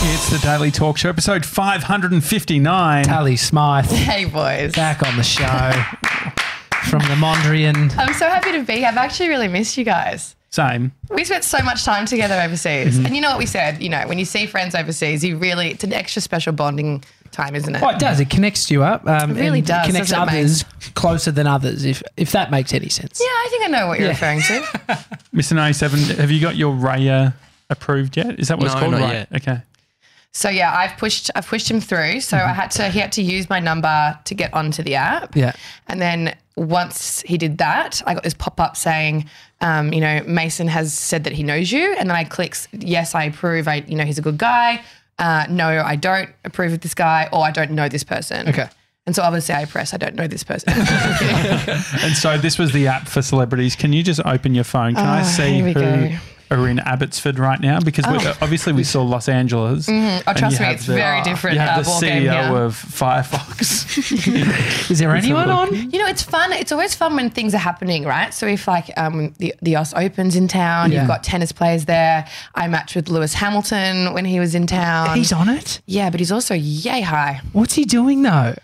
It's the Daily Talk Show, episode 559. Tally Smythe Hey, boys. back on the show from the Mondrian. I'm so happy to be here. I've actually really missed you guys. Same. We spent so much time together overseas. And you know what we said? You know, when you see friends overseas, you really, it's an extra special bonding time, isn't it? Oh, it does. It connects you up. Um, It really and does, Connects doesn't it, mate? others closer than others, if if that makes any sense. Yeah, I think I know what you're referring to. Mr. 97, have you got your Raya approved yet? Is that what it's No, called? not right. yet. Okay. So yeah, I've pushed I've pushed him through. So I had to he had to use my number to get onto the app. Yeah. And then once he did that, I got this pop up saying, um, you know, Mason has said that he knows you. And then I clicks, yes, I approve. I, you know, he's a good guy. Uh, no, I don't approve of this guy, or I don't know this person. Okay. And so obviously I press, I don't know this person. And so this was the app for celebrities. Can you just open your phone? Can I Oh, see here we who go. are in Abbotsford right now? Because we, obviously we saw Los Angeles. oh, And you trust me, have it's the- very different. You have uh, the ball game here. CEO of Firefox. Is there anyone look. on? You know, it's fun. It's always fun when things are happening, right? So if like um, the the US Opens in town, Yeah. you've got tennis players there. I matched with Lewis Hamilton when he was in town. Oh, He's on it. yeah, but he's also yay high. What's he doing though?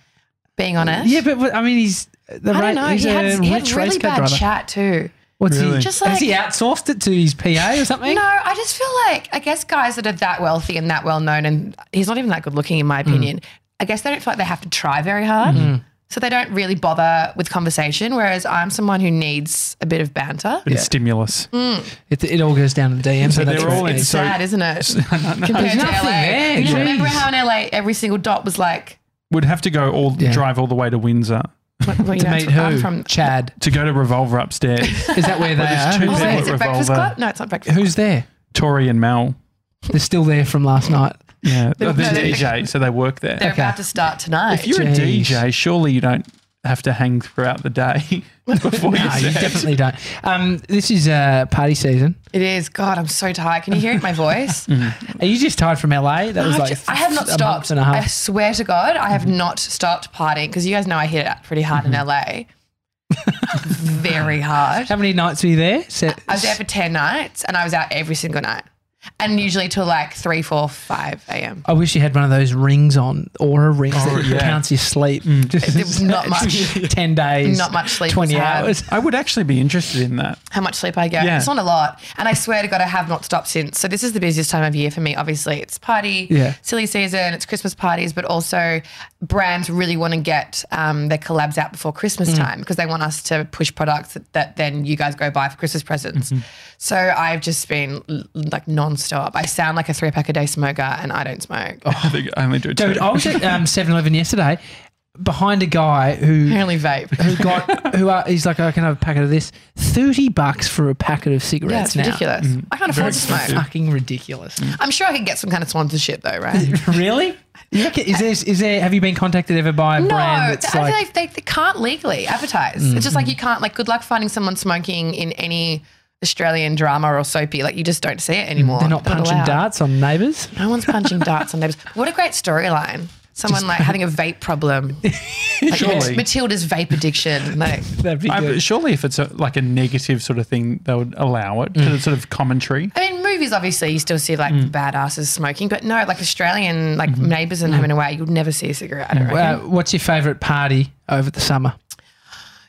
Being honest, Yeah, but what- I mean, he's the I don't ra- know. He's He a had, rich he had race really car bad driver. chat too. What's Really? he? Just has he outsourced it to his PA or something? No, I just feel like I guess guys that are that wealthy and that well known, and he's not even that good looking in Hmm. my opinion. I guess they don't feel like they have to try very hard, so they don't really bother with conversation. Whereas I'm someone who needs a bit of banter. and stimulus. Mm. It, it all goes down to DMs. So and that's they're all what it in- is. So- sad, isn't it? Compared There's to nothing eh? LA. there, You know, remember geez. how in LA every single dot was like, Would have to go all Yeah. drive all the way to Windsor well, you to know, meet I'm who? from. Chad. to go to Revolver upstairs. Is that where they there's are? two Oh, people. Who's wait, there? is it Breakfast Revolver. Club? No, it's not Breakfast. Who's there? Tori and Mel. Uh, oh, They're still there from last night. Yeah, they're, no, they're- DJ, E so they work there. They're Okay. about to start tonight. If you're Jeez. a DJ, surely you don't have to hang throughout the day before you No, Ah, you set. definitely don't. Um, this is uh, party season. it is. God, I'm so tired. Can you hear it in my voice? Are you just tired from LA? That was I've like just- I have not a month stopped. and a I half. Mm-hmm. swear to God, I have not stopped partying because you guys know I hit it out pretty hard in LA. Very hard. How many nights were you there? So, I was there for 10 nights and I was out every single night and usually till like 3, 4, 5 a.m. I wish you had one of those rings on, aura rings Aura, that yeah. Mm. counts your sleep. Just, There was not much- Ten days. not much sleep Twenty was had. hours. I would actually be interested in that. how much sleep I get. Yeah. It's not a lot. And I swear to God, I have not stopped since. So this is the busiest time of year for me. Obviously, it's party, Yeah. silly season, it's Christmas parties, but also brands really want to get um, their collabs out before Christmas Mm. time because they want us to push products that, that then you guys go buy for Christmas presents. Mm-hmm. So I've just been l- like nonstop. I sound like a three pack a day smoker and I don't smoke. Oh, I think I only do it. Dude, I was at um, 7-Eleven yesterday behind a guy I who only vape. who got who are, he's like, I can have a packet of this. Thirty bucks for a packet of Yeah, cigarettes it's now. Mm-hmm. ridiculous. I can't afford to expensive. smoke. Fucking ridiculous. I'm sure I could get some kind of sponsorship though, right? really? You reckon, is there is there have you been contacted ever by a No, brand that's like I Mm-hmm. feel like they, they can't legally advertise. It's just like you can't, like, good luck finding someone smoking in any Australian drama or soapy. Like, you just don't see it anymore. they're not punching allowed. darts on neighbours? No one's punching darts on neighbors. What a great storyline. Someone like having a vape problem. Like, Surely. Matilda's vape addiction. Like, That'd be I- good. surely, if it's a, like a negative sort of thing, they would allow it. Mm. 'cause it's sort of commentary. I mean, movies, obviously, you still see like badasses smoking, but no, like Australian, like Mm-hmm. neighbors and Mm. home and away, you'd never see a cigarette. I don't reckon. Uh, what's your favourite party over the summer?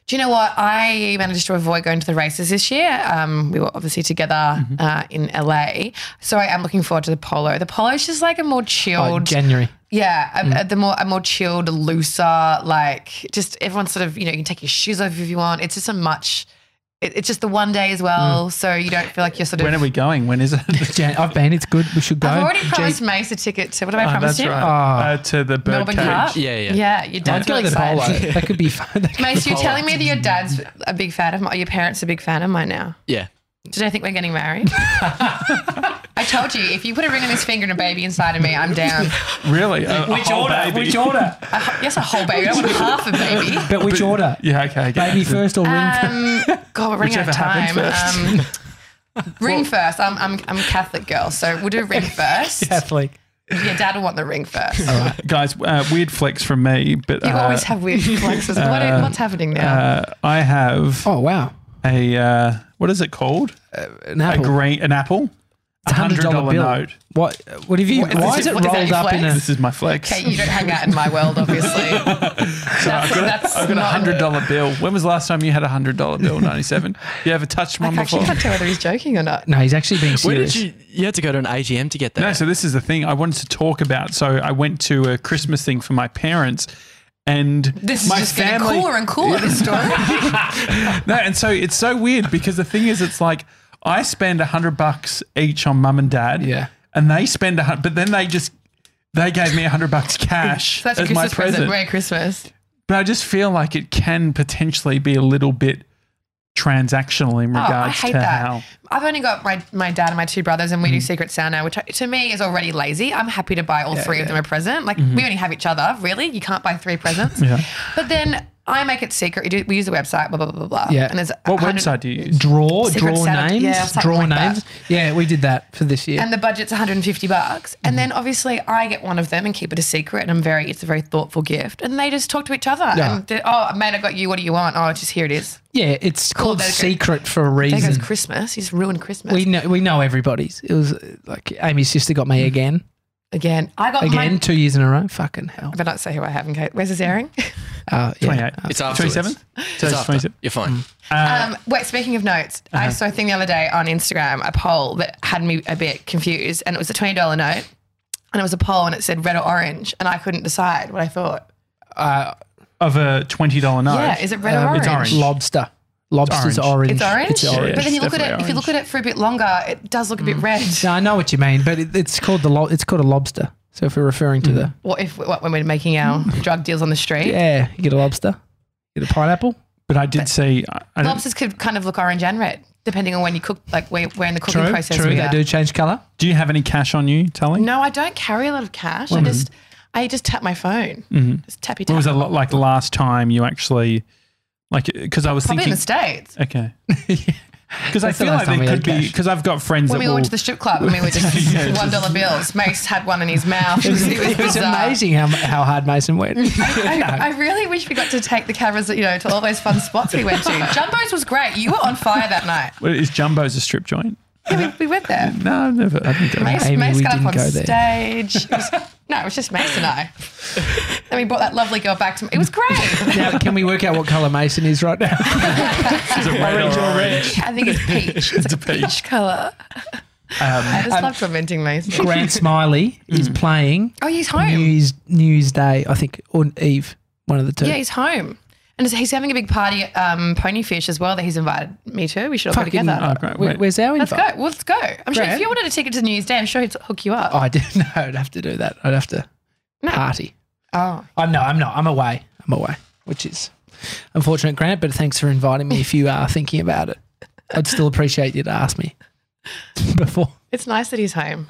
Do you know what? I managed to avoid going to the races this year. Um, we were obviously together uh, in LA. So I am looking forward to the polo. The polo is just like a more Oh, chilled. January. yeah, a, a- the more a more chilled, looser, like just everyone's sort of, you know, you can take your shoes off if you want. It's just a much, it, it's just the one day as well. So you don't feel like you're sort of. When are we going? When is it? Jan- I've been. It's good. We should go. I've already Gee, promised Mace a ticket to, what have I Oh, promised that's him? right. Ah. Uh, to the Melbourne Cup? birdcage. Yeah, yeah. Yeah, your Let's dad's go really to the polo. excited. That could be fun. That could- Mace, you're telling me that your dad's a big fan of my, your parents are a big fan of mine now. Yeah. Did I think we're getting married? I told you, if you put a ring on this finger and a baby inside of me, I'm down. Really? A- a whole Oh, baby. Which order? A ho- yes, a whole baby. I want half a baby. But which order? Yeah. Okay. okay. Baby first or ring first? Um, God, we're running out Whichever of time. happened Um, ring first. I'm, I'm, I'm a Catholic girl, so we'll do ring first. Catholic. Your dad will want the ring first. You Guys, uh, weird flex from me, but uh, always have weird flexes. What, what's happening now? uh, I have Oh wow, a uh, what is it called? an A apple. green, an apple. a hundred dollar bill. note. What? What have you? What is why it- is it what is that, rolled your up in a? This is my flex. Okay, you don't hang out in my world, obviously. that's, that's I've got a not- hundred dollar bill. When was the last time you had a hundred dollar bill? Ninety seven. You ever touched I one before? actually can't tell whether he's joking or not. No, he's actually being Where serious. did you? You had to go to an ATM to get that. No, so this is the thing I wanted to talk about. So I went to a Christmas thing for my parents, and This is my just getting cooler and cooler. This story. No, and so it's so weird because the thing is, it's like I spend a hundred bucks each on mum and dad. Yeah. and they spend a hundred, but then they just they gave me a hundred bucks cash That's as a my Christmas present. present. Merry Christmas. But I just feel like it can potentially be a little bit transactional in Oh, I regards hate to that. how. I've only got my, my dad and my two brothers, and we Mm. do Secret Santa, which I- to me is already lazy. I'm happy to buy all three of them a present. Like, we only have each other, really. You can't buy three presents. Mm-hmm. Yeah. But then I make it secret. You do- We use the website, blah, blah, blah, blah, blah. Yeah. And there's a What hundred- website do you use? draw Secret draw Santa- names? yeah, something draw like that. names. Yeah, we did that for this year. and the budget's 150 bucks. Mm-hmm. And then obviously I get one of them and keep it a secret. And I'm very, it's a very thoughtful gift. And they just talk to each other. Yeah. And they're, oh, mate, I got you. What do you want? Oh, just here it is. yeah, it's called there goes- secret for a There goes Mm-hmm. reason. Christmas. You just ruined Christmas. We know we know everybody's. It was uh, like Amy's sister got me again, Again, I got again, Mm. mine. two years in a row. Fucking hell. I better not say who I have in case. Where's this airing? Uh, Twenty yeah. eight. It's twenty afterwards. seventh. It's after. You're fine. Mm. Um, wait, speaking of notes, I saw a thing the other day on Instagram, a poll that had me a bit confused, and it was a twenty dollar note, and it was a poll, and it said red or orange, and I couldn't decide what I thought. of a twenty dollar note. Yeah, is it red Uh, or orange? it's orange. Lobster. Lobster's orange. orange. It's orange. orange. But then you It's look at it. definitely If you look at it for a bit longer, it does look a bit red. No, I know what you mean, but it, it's called the lo- it's called a lobster. So if we're referring to the What if what, when we're making our drug deals on the street? yeah, you get a lobster, you get a pineapple. But I did see. I- I don't- Lobsters could kind of look orange and red, depending on when you cook. Like where, where in the cooking process true. we They are. do change color. do you have any cash on you, Tully? No, I don't carry a lot of cash. I just I just tap my phone. Just tappy tap. What was it lo- like last time you actually, like, because I was Probably in the thinking, states. okay, because I That's the feel like last time it we had could be cash. because I've got friends When that we will. went to the strip club and we were just Yeah, one dollar bills. Mace had one in his mouth. It was, it was It's bizarre. amazing how, how hard Mason went. I, I really wish we got to take the cameras, you know, to all those fun spots we went to. Jumbo's was great. You were on fire that night. Well, is Jumbo's a strip joint? Yeah, we, we went there. No, I've never. I haven't done it. Mace, Amy, Mace we got up didn't on go there. stage. It was, no, it was just Mace and I. And we brought that lovely girl back to me. It was great. now, can we work out what color Mason is right now? Is it red or orange? I think it's peach. It's, a peach, colour. I just love tormenting Mace. Grant Smiley is playing Oh, he's home. New Year's, New Year's Day, I think, or Eve, one of the two. Yeah, he's home. And he's having a big party at um, Ponyfish as well that he's invited me to. We should all go Fucking- together. Oh, great. Where- Wait. where's our Let's info? go. Well, let's go. I'm sure if Grant? you wanted a ticket to the New Year's Day, I'm sure he'd hook you up. Oh, I didn't know. I'd have to do that. I'd have to party. Oh. I'm no, I'm not. I'm away. I'm away, which is unfortunate, Grant. But thanks for inviting me. If you are thinking about it, I'd still appreciate you to ask me before. It's nice that he's home.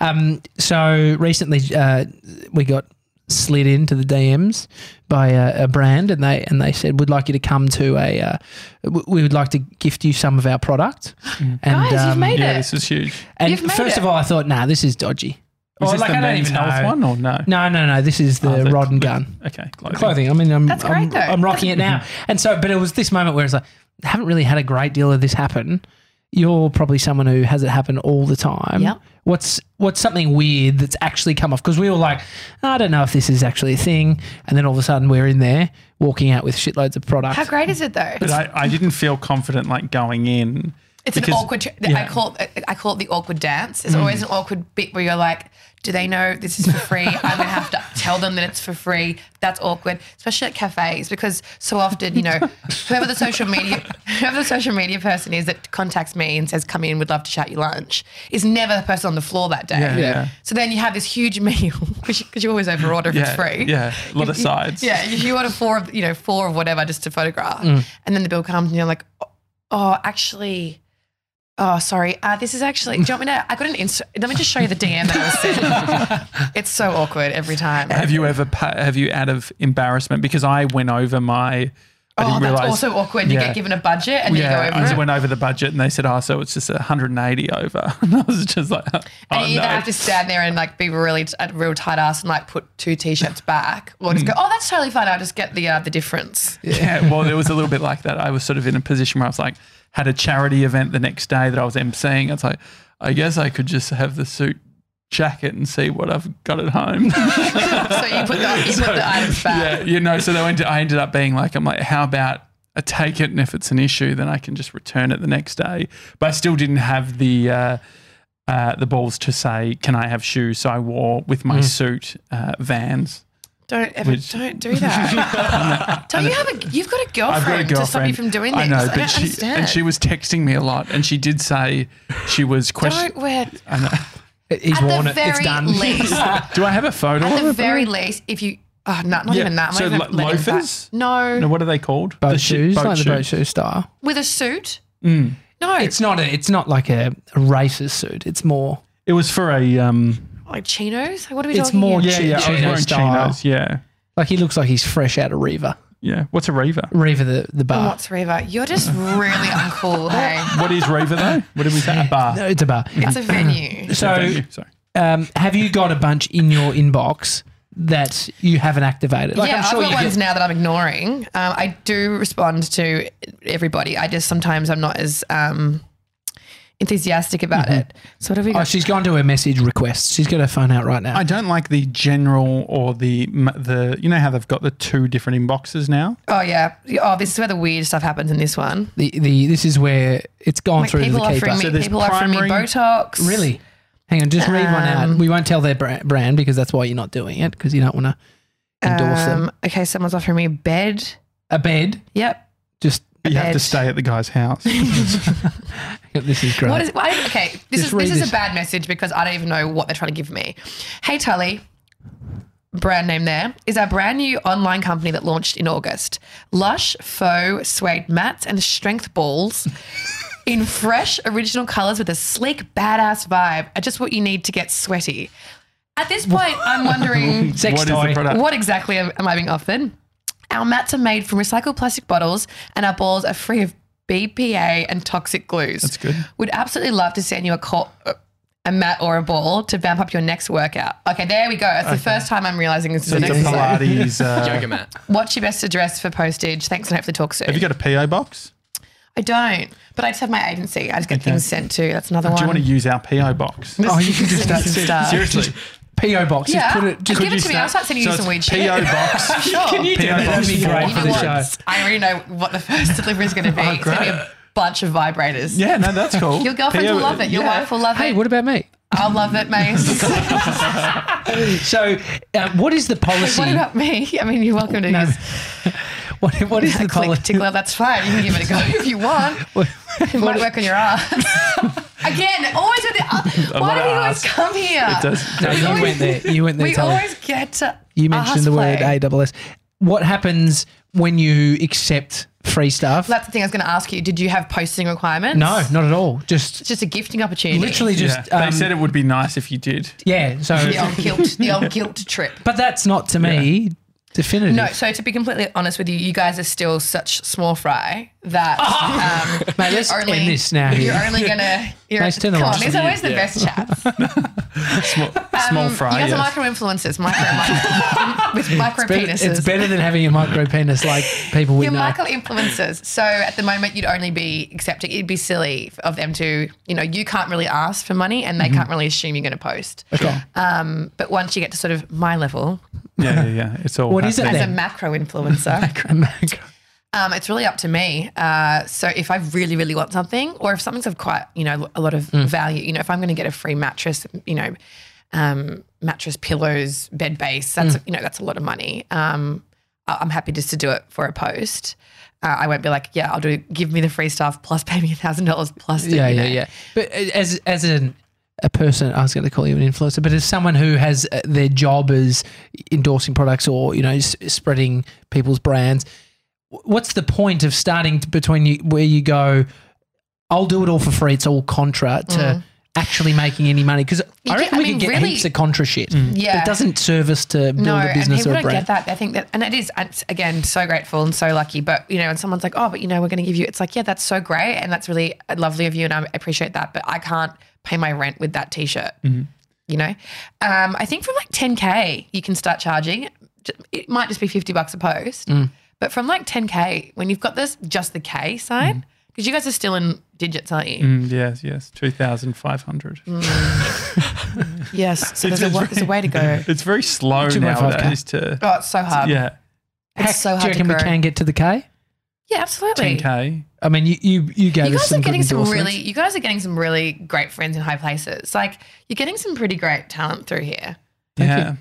Um, so recently, uh, we got slid into the DMs by a, a brand, and they and they said we'd like you to come to a. Uh, w- we would like to gift you some of our product. Hmm. And, um, Guys, you've made um, Yeah, it. this is huge. and you've made first it. of all, I thought, nah, this is dodgy. Is Or, this the men's health one or no? No, no, no. This is the Oh, the- rod and gun Okay, clothing. clothing. I mean, I'm, That's great, I'm, though. I'm rocking it now. And so, but it was this moment where it's like, I haven't really had a great deal of this happen. You're probably someone who has it happen all the time. Yep. What's what's something weird that's actually come off? Because we were like, "Oh, I don't know if this is actually a thing, and then all of a sudden we're in there walking out with shitloads of product. How great is it though? But I, I didn't feel confident like going in. It's because- Mm. an awkward. Ch- I call it, I call it the awkward dance. It's always an awkward bit where you're like, do they know this is for free? I'm gonna have to tell them that it's for free. That's awkward, especially at cafes because so often you know whoever the social media whoever the social media person is that contacts me and says come in, would love to chat you lunch is never the person on the floor that day. Yeah, yeah. So then you have this huge meal because you always overorder if Yeah, it's free. yeah, a lot of You- sides. Yeah, you- you order four of you know four of whatever just to photograph, Mm. and then the bill comes and you're like, oh, oh, actually, oh sorry, uh, this is actually. Do you want me to? I got an Insta. Let me just show you the DM that I was sent. it's so awkward every time. Have you ever pa- have you out of embarrassment because I went over my. I Oh, didn't that's realize. also awkward. You Yeah. get given a budget and then yeah, you I go over just it. went over the budget and they said, oh, so it's just 180 over. And I was just like, oh, And you no. either have to stand there and like be really t- a real tight ass and like put two t-shirts back, or just go, "Oh, that's totally fine. I'll just get the uh, the difference." Mm. yeah, well, it was a little bit like that. I was sort of in a position where I was like, had a charity event the next day that I was emceeing. I was like, I guess I could just have the suit jacket and see what I've got at home. So you put the, you put the items back. yeah, you know. So they went to- I ended up being like, I'm like, how about I take it, and if it's an issue, then I can just return it the next day. But I still didn't have the uh, uh, the balls to say, can I have shoes? So I wore with Hmm. my suit uh, Vans. Don't ever, Which- don't do that. don't you have a, you've got a girlfriend, I've got a girlfriend. to stop you from doing this. I know, but don't she understand. and she was texting me a lot, and she did say she was questioning. don't wear. He's At worn the it. It's very done. least, at Do I have a photo? of the it? very least, if you, oh, not, not Yeah. even that. I'm So not even lo- letting that- loafers? No, No, what are they called? boat The shi- shoes, boat like the boat shoes. shoe style. with a suit. No, It's not a, it's not like a, a racist suit. It's more It was for a um. like chinos. Like, what are we It's talking? more Yeah, here? yeah. I was Chino wearing style. chinos. Yeah, like he looks like he's fresh out of Reva. yeah. What's a reaver? Reva the, the And bar. What's Reva? You're just really uncool. Hey, What is Reaver though? What did we say? A bar. No, it's a bar. it's a venue. So sorry. um, have you got a bunch in your inbox that you haven't activated? Like yeah, I'm sure I've you got ones get, now that I'm ignoring. Um, I do respond to everybody. I just sometimes I'm not as um, enthusiastic about Mm-hmm. it. So what have we Oh, got? she's gone to her message requests. She's got her phone out right now. I don't like the general or the m- the. You know how they've got the two different inboxes now. oh yeah. Oh, this is where the weird stuff happens in this one. the, the this is where it's gone Like through to people the offering keeper. me So there's people offering me primary- Botox. Really? Hang on, just read one out. We won't tell their bra- brand because that's why you're not doing it because you don't want to endorse them. Um, okay, someone's offering me a bed. A bed. Yep. Just But you have to Bed. stay at the guy's house. this is great. What is? Why, okay, this Just is read this, is this. a bad message because I don't even know what they're trying to give me. Hey Tully, brand name there is our brand new online company that launched in August. Lush faux suede mats and strength balls. In fresh, original colors with a sleek, badass vibe are just what you need to get sweaty. At this point, I'm wondering Sex What is toy. the product? what exactly am, am I being offered? Our mats are made from recycled plastic bottles and our balls are free of BPA and toxic glues. That's good. Would absolutely love to send you a call. A mat or a ball to vamp up your next workout. Okay, there we go. That's the first time I'm realizing this is So an it's a exercise. Pilates. Uh, Yoga mat. What's your best address for postage? Thanks and hopefully talk soon. have you got a PO box? I don't, but I just have my agency. I just get things sent to. That's Oh, another Do one. you want to use our PO box? oh, you can just Send me some stuff. Seriously, PO box. Yeah, Just put it. Just give it to you me. I'll start- start sending you so some weird it's shit. PO box. Sure. you do PO that? box That'd be four great for You know the what? show. I already know what the first delivery is going to be. It's going to be a bunch of vibrators. Oh, Yeah, no, that's cool. Your girlfriend PO will love it. Your yeah. wife will love Hey, it. what about me? I'll love it, Mace. So, uh, what is the policy? what about me? I mean, you're welcome to use what, what is the a click policy? tickler. That's fine. You can give it a go if you want. It might work on your ass. Again, always with the other. lot Why do of you ass. always come here? It does. No, you went there. You went there. We Tully. always get to. you mentioned ass the play. word AWS. What happens when you accept free stuff? That's the thing I was going to ask you. Did you have posting requirements? no, not at all. Just It's just a gifting opportunity. literally just. Yeah. Yeah. they said it would be nice if you did. yeah so, The old guilt, the old guilt trip. but that's not to me definitive. No, so to be completely honest with you, you guys are still such small fry that um, Mate, you're let's end this now You're here. only gonna. You're, Nice, turn the come on, lights these on. are always the best chats. Small, small Um, fry. You guys yes. are micro influencers, micro, micro with micro Better- penises. It's better than having a micro penis like people we You're know. micro influencers. So at the moment, you'd only be accepting. It'd be silly of them to, you know, you can't really ask for money, and they Mm-hmm. can't really assume you're going to post. okay. Um, but once you get to sort of my level yeah, yeah, yeah. It's all. What is it happening. as a Then- macro influencer, A micro- Um, it's really up to me. Uh, so if I really, really want something, or if something's of quite, you know, a lot of Mm. value, you know, if I'm going to get a free mattress, you know, um, mattress, pillows, bed base, that's Mm. you know, that's a lot of money. Um, I- I'm happy just to do it for a post. Uh, I won't be like, yeah, I'll do. Give me the free stuff plus pay me a thousand dollars plus. the, yeah, you yeah, know. yeah. But as as an a person, I was going to call you an influencer, but as someone who has uh, their job as endorsing products or you know s- spreading people's brands, wh- what's the point of starting to, between you where you go? I'll do it all for free. It's all contra to actually making any money because can- I reckon Mm. I we mean, can get really- heaps of contra shit. Yeah. but it doesn't service to build a and business people or a don't brand. get that. I think that, and it is and it's, again so grateful and so lucky. But you know, and someone's like, "Oh, but you know, we're going to give you," it's like, "Yeah, that's so great, and that's really lovely of you, and I appreciate that." But I can't pay my rent with that T-shirt. Mm-hmm. You know, um, I think from like 10k, you can start charging. It Mm. might just be 50 bucks a post, but from like 10k, when you've got this just the K sign, Mm-hmm. Because you guys are still in digits, aren't you? Mm, yes, yes, two thousand five hundred. Mm. Yes. So It's- there's a, it's wa- there's a way to go. It's very slow 2.5K. nowadays to Oh, it's so hard. yeah, It's so do hard you to reckon grow. we can get to the K? Yeah, absolutely. ten k. I mean, you you you gave You us guys some are good getting some endorsements. really you guys are getting some really great friends in high places. Like you're getting some pretty great talent through here. Thank you. Yeah,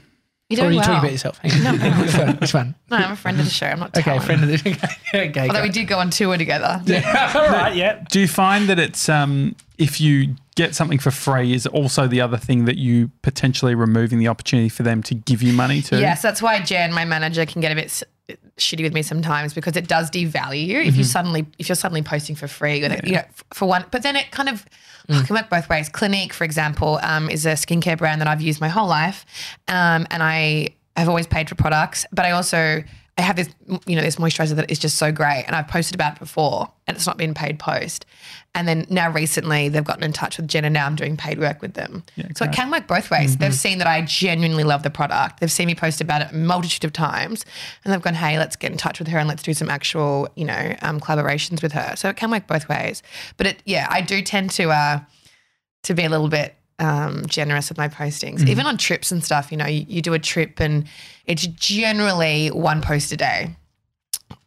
You're Or are doing you talking well. about yourself? Hang on. No. it's fun. It's fun. No, I'm a friend of the show. I'm not Okay, talent. friend of the okay. okay Although go. we did go on tour together. All right, yeah. Do you find that it's um if you get something for free is also the other thing that you potentially removing the opportunity for them to give you money to? Yes, that's why Jen, my manager, can get a bit s- shitty with me sometimes because it does devalue you if you suddenly if you're suddenly posting for free with it, you know f- for one but then it kind of oh, it can work both ways clinique for example um, is a skincare brand that i've used my whole life um, and i have always paid for products but i also i have this you know this moisturizer that is just so great and i've posted about it before and it's not been paid post and then now recently they've gotten in touch with jen and now i'm doing paid work with them so it can work both ways they've seen that i genuinely love the product they've seen me post about it a multitude of times and they've gone hey let's get in touch with her and let's do some actual you know um, collaborations with her so it can work both ways but it yeah i do tend to uh to be a little bit um, generous with my postings. Even on trips and stuff, you know, you, you do a trip and it's generally one post a day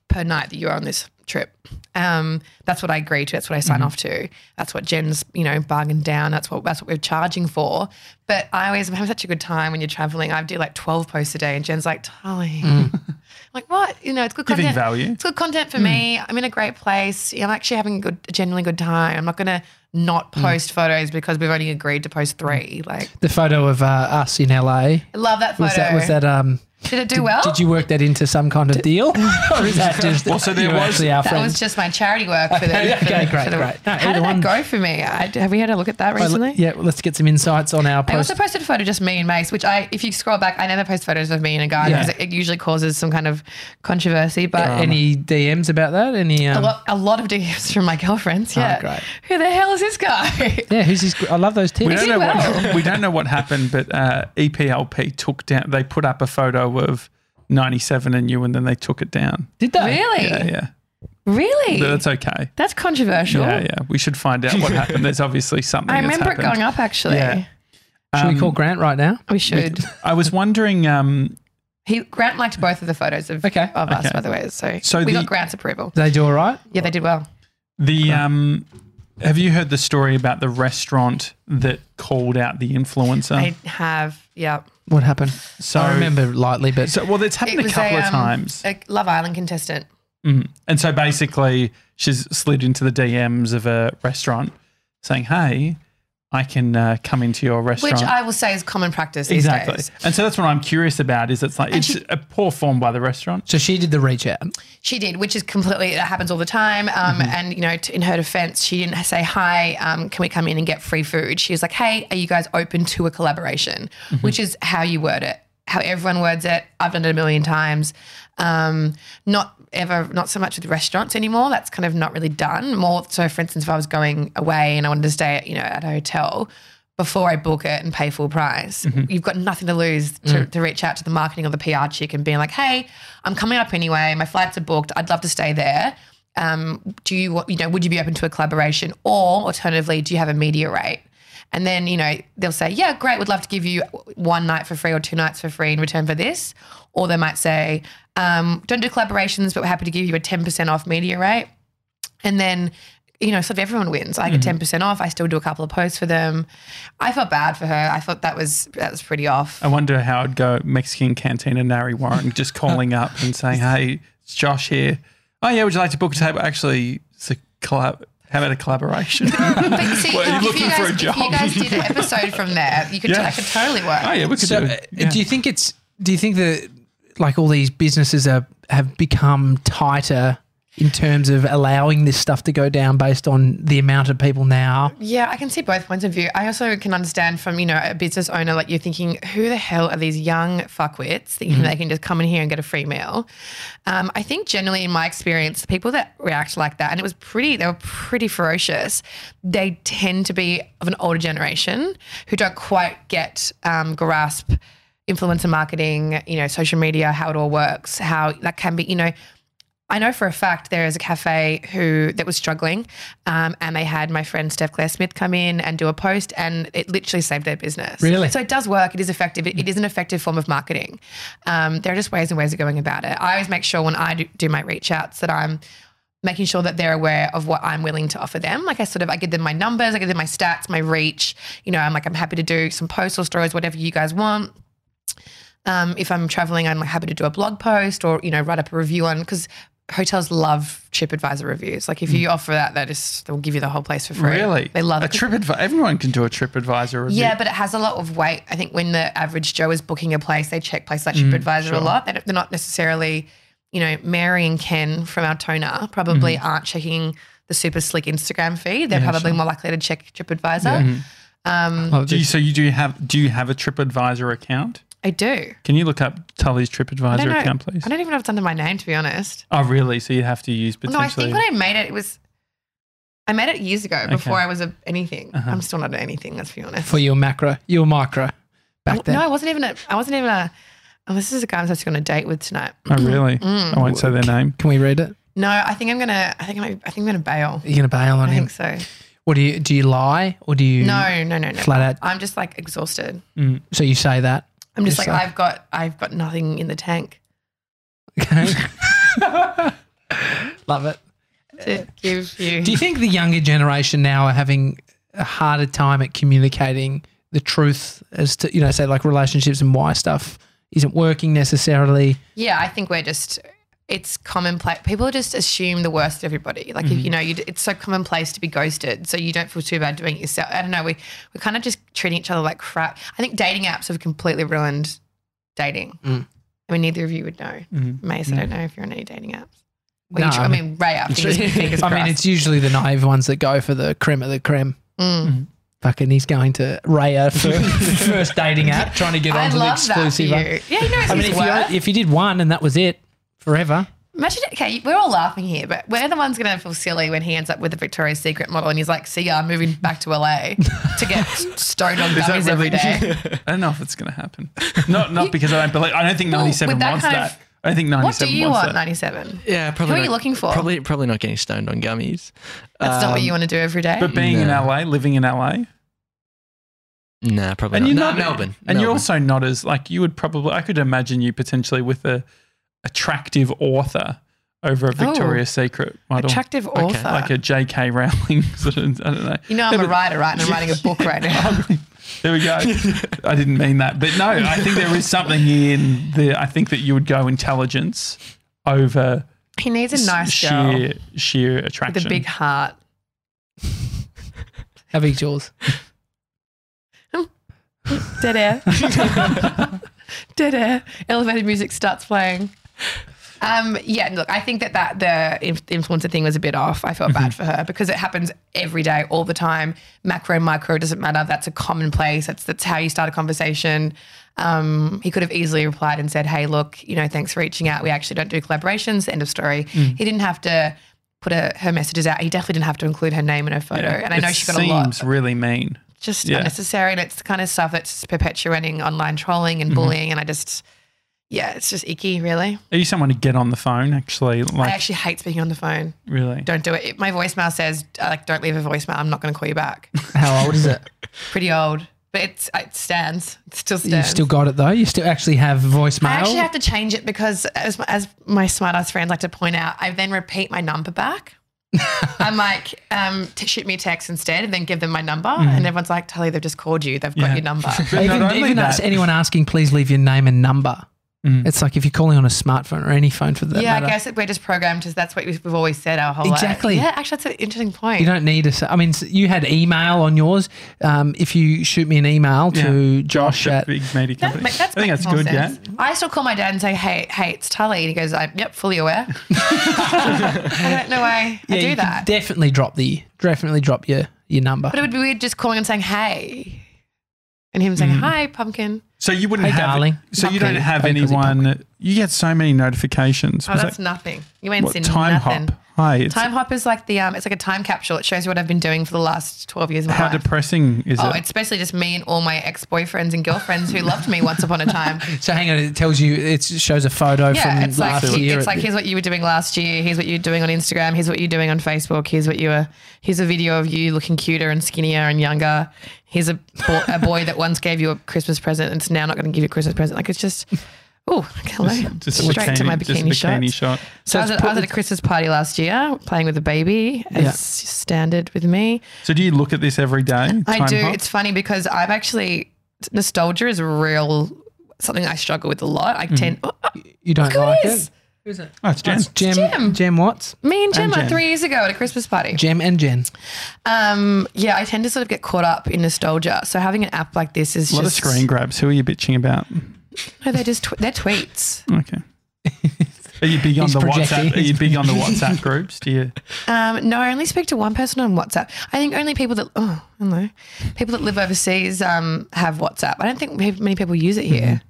per night that you're on this trip. Um, that's what I agree to. That's what I Mm-hmm. sign off to. That's what Jen's, you know, bargained down. That's what that's what we're charging for. But I always am having such a good time when you're traveling. I do like 12 posts a day, and Jen's like, Tali. Mm. I'm like, what? You know, it's good Giving content. value. It's good content for me. I'm in a great place. I'm actually having a good, a genuinely good time. I'm not going to not Mm. post photos because we've only agreed to post three. Like, The photo of uh, us in LA. I love that photo. Was that was that um? Did it do well? Did you work that into some kind of deal, or is that just Well, so there you were was- actually our That friends? was just my charity work for the. for okay, the- great, for the- great. No, How either did one. that go for me? I, have we had a look at that Well, recently? yeah, well, let's get some insights on our I post. also posted a photo just me and Mace, which I, if you scroll back, I never post photos of me in a garden Yeah. because it, it usually causes some kind of controversy. But Any DMs about that? Any? a, Um, lot, a lot of DMs from my girlfriends. Yeah. great. Who the hell is this guy? yeah, who's his? I love those We don't, tips. did know what, well. we don't know what happened, but uh, EPLP took down. They put up a photo of ninety-seven and you, and then they took it down. Did they? really? Yeah, yeah, Really? but That's, that's okay. controversial. Yeah, yeah. We should find out what happened. There's obviously something. I that's remember it happened. going up actually. Yeah. Should um, we call Grant right now? We should. I was wondering. Um, He Grant liked both of the photos of, Okay. of us, Okay. by the way. So, So we the- got Grant's approval. Did they do all right? Yeah, they did well. the um, have you heard the story about the restaurant that called out the influencer? I have, yeah. What happened? so I remember lightly, but So well, it's happened a couple of um, times. a Love Island contestant. And so basically, she's slid into the DMs of a restaurant saying, Hey, I can uh, come into your restaurant. Which I will say is common practice these exactly. days. And so that's what I'm curious about is it's like, it's she- a poor form by the restaurant. so she did the reach out. She did, which is completely, it happens all the time. Mm-hmm. Um, And, you know, t- in her defense, she didn't say, Hi, um, can we come in and get free food? She was like, Hey, are you guys open to a collaboration? Mm-hmm. Which is how you word it, how everyone words it. I've done it a million times. Um, not ever, not so much with restaurants anymore. That's kind of not really done. More so, for instance, if I was going away and I wanted to stay at, you know, at a hotel, before I book it and pay full price. You've got nothing to lose to, to reach out to the marketing or the PR chick and being like, hey, I'm coming up anyway. My flights are booked. I'd love to stay there. Um, do you want, you know, would you be open to a collaboration? Or alternatively, do you have a media rate? And then, you know, they'll say, yeah, great, we'd love to give you one night for free or two nights for free in return for this. Or they might say, um, don't do collaborations, but we're happy to give you a 10% off media rate. And then, you know, sort of everyone wins. I get ten percent off. I still do a couple of posts for them. I felt bad for her. I thought that was that was pretty off. I wonder how it'd go Mexican Cantina Nari Warren just calling up and saying, Hey, it's Josh here. Oh, yeah, would you like to book a table? Actually, it's a collab. How about a collaboration? oh, But you see, Well, you're if, looking you for guys, a job. if you guys did an episode from there, you could Yeah. that could totally work. yeah, we could So, do uh, it. Yeah. do you think it's? Do you think that like all these businesses are have become tighter in terms of allowing this stuff to go down based on the amount of people now? Yeah, I can see both points of view. I also can understand from, you know, a business owner, like you're thinking, who the hell are these young fuckwits thinking they can just come in here and get a free meal? Um, I think generally in my experience, the people that react like that, and it was pretty, they were pretty ferocious, they tend to be of an older generation who don't quite get, um, grasp influencer marketing, you know, social media, how it all works, how that can be, you know, I know for a fact there is a cafe who that was struggling, um, and they had my friend Steph Claire Smith come in and do a post, and it literally saved their business. Really? So it does work. It is effective. It, it is an effective form of marketing. Um, there are just ways and ways of going about it. I always make sure when I do, do my reach outs that I'm making sure that they're aware of what I'm willing to offer them. Like I sort of, I give them my numbers, I give them my stats, my reach. You know, I'm like, I'm happy to do some posts or stories, whatever you guys want. Um, if I'm traveling, I'm like happy to do a blog post or you know write up a review on because hotels love TripAdvisor reviews. Like if you offer that, that is they'll give you the whole place for free. Mm. Really? they love a it. trip advisor. Everyone can do a trip advisor review. Yeah, but it has a lot of weight. I think when the average Joe is booking a place, they check places Mm, like TripAdvisor a lot. They don't, they're not necessarily, you know, Mary and Ken from Altona probably Mm. aren't checking the super slick Instagram feed. They're probably more likely to check TripAdvisor. Mm-hmm. Love Do this. you, so you do have do you have a TripAdvisor account? I do. Can you look up Tully's I don't TripAdvisor know. account, please? I don't even know if it's under my name to be honest. Oh, really? So you'd have to use No, I potentially. think when I made it, it was. I made it years ago before Okay. Uh-huh. I was a, anything. I'm still not anything. Let's be honest. for your macro, your micro back then. no, I wasn't even. A, I wasn't even a. Oh, this is a guy I'm supposed to go on a date with tonight. oh, really? Mm. I won't say their name. Can we read it? No, I think I'm gonna. I think I. might- I think I'm gonna bail. You're gonna bail on I him. think so. What do you do? You lie or do you? No, no, no, no. Flat out. I'm just like exhausted. So you say that. I'm just, Just like like- I've got. I've got nothing in the tank. Okay. Love it. To give you. Do you think the younger generation now are having a harder time at communicating the truth as to you know, say like relationships and why stuff isn't working necessarily? Yeah, I think we're just. It's commonplace. People just assume the worst of everybody. Like Mm-hmm. if you know, you, d- it's so commonplace to be ghosted, so you don't feel too bad doing it yourself. I don't know. We we're kind of just treating each other like crap. I think dating apps have completely ruined dating. Mm. I mean, neither of you would know. Mm-hmm. Maze, I don't know if you're on any dating apps. Well, you No, tr- I I mean, Ray, I think fingers I mean, crossed. it's usually the naive ones that go for the creme of the creme. Mm. Mm-hmm. Fucking, he's going to Raya for first dating app, trying to get I onto the love that for exclusive. you. one. Yeah, he knows I mean, his if worth. you, if you did one and that was it forever, Imagine, okay, we're all laughing here, but we're the ones going to feel silly when he ends up with a Victoria's Secret model and he's like, see ya, I'm moving back to LA to get stoned on Is that gummies really- every day. I don't know if it's going to happen. Not not because I don't believe. I don't think Well, with 97 that wants kind that. of- I don't think What do 97 you wants want, that. 97? Yeah, probably. Who are not- you looking for? Probably, probably not getting stoned on gummies. Um, That's not what you want to do every day. Um, But being in No. LA, living in LA, Nah, probably and you're not. not Nah, Melbourne. and you're Melbourne. also not as like you would probably. I could imagine you potentially with a attractive author over a Victoria's Secret model, Oh. Attractive author. Oh, like a J.K. Rowling. Sort of, I don't know. you know, I'm a writer, right? And I'm writing a book right now. There we go. I didn't mean that, but no, I think there is something in the. I think that you would go intelligence over He needs a nice girl sheer sheer with attraction. a big heart. how big's yours? Dead air. Dead air. Elevated music starts playing. Um, yeah, look, I think that, that the inf- influencer thing was a bit off. I felt bad for her because it happens every day, all the time. Macro, micro, doesn't matter. That's a commonplace. That's that's how you start a conversation. Um, he could have easily replied and said, "Hey, look, you know, thanks for reaching out. We actually don't do collaborations." End of story. He didn't have to put her her messages out. He definitely didn't have to include her name in her photo. And I know it she got seems a lot really mean. just Yeah. unnecessary. And it's the kind of stuff that's perpetuating online trolling Mm-hmm. and bullying. And I just, yeah, it's just icky, really. Are you someone to get on the phone? Actually, I like actually hate speaking on the phone. really? Don't do it. If my voicemail says, uh, like, don't leave a voicemail. I'm not going to call you back. How old is it? Pretty old, but it's, uh, it stands. It still stands. You've still got it though. You still actually have voicemail. I actually have to change it because, as, as my smart ass friends like to point out, I then repeat my number back. I'm like, um, t- shoot me a text instead and then give them my number. And everyone's like, Tully, they've just called you. They've got Mm-hmm. Yeah. your number. But even not only even that- Mm. ask anyone asking, please leave your name and number. It's like if you're calling on a smartphone or any phone for that yeah, matter. I guess that we're just programmed to. That's what we've we've always said our whole Exactly. life. Yeah, actually, that's an interesting point. You don't need a. s- I mean, s- you had email on yours. Um, if you shoot me an email to Yeah. Josh, at at, big media that, company. ma- that's I think that's good. Yeah. I still call my dad and say, "Hey, hey, it's Tully," and he goes, "I'm yep, fully aware." I don't know why I Yeah, you do could that, Definitely drop the. Definitely drop your your number. but it would be weird just calling and saying, "Hey," and him saying, "Hi, pumpkin." Mm-hmm. So you wouldn't Hey, have. darling. So you Pumpkin. don't have Only 'cause he anyone You get so many notifications. Oh, Was that's that- nothing. You ain't what, seen time nothing. hop? Hi, it's, Time hop is like the um, it's like a time capsule. It shows you what I've been doing for the last twelve years of my how life. depressing is oh, it? it's basically just me and all my ex boyfriends and girlfriends who loved me once upon a time. So hang on, it tells you it shows a photo Yeah, from it's like last year. it's like here's what you were doing last year. Here's what you're doing on Instagram. Here's what you're doing on Facebook. Here's what you were. Here's a video of you looking cuter and skinnier and younger. Here's a bo- a boy that once gave you a Christmas present and it's now not going to give you a Christmas present. Like it's just. Oh, hello. Just a Straight to my just a bikini, shot. bikini shot. So I was, it's at, I was put- at a Christmas party last year playing with a baby as Yeah. standard with me. So do you look at this every day? I Time do. hop? It's funny because I've actually, nostalgia is a real something I struggle with a lot. I tend, oh, you don't look like at this. it. oh, it's Jen. It's Jem, Jem. Jem. Watts. Me and Jem And are Jen. three years ago at a Christmas party. Jem and Jen. Um, yeah, I tend to sort of get caught up in nostalgia. So having an app like this is a lot of just screen grabs. Who are you bitching about? No, they're just tw- they're tweets. Okay. Are you big on He's the projecting. WhatsApp? Are you big on the WhatsApp groups? Do you? Um, no, I only speak to one person on WhatsApp. I think only people that oh, I don't know, people that live overseas um, have WhatsApp. I don't think we- many people use it here. Mm-hmm.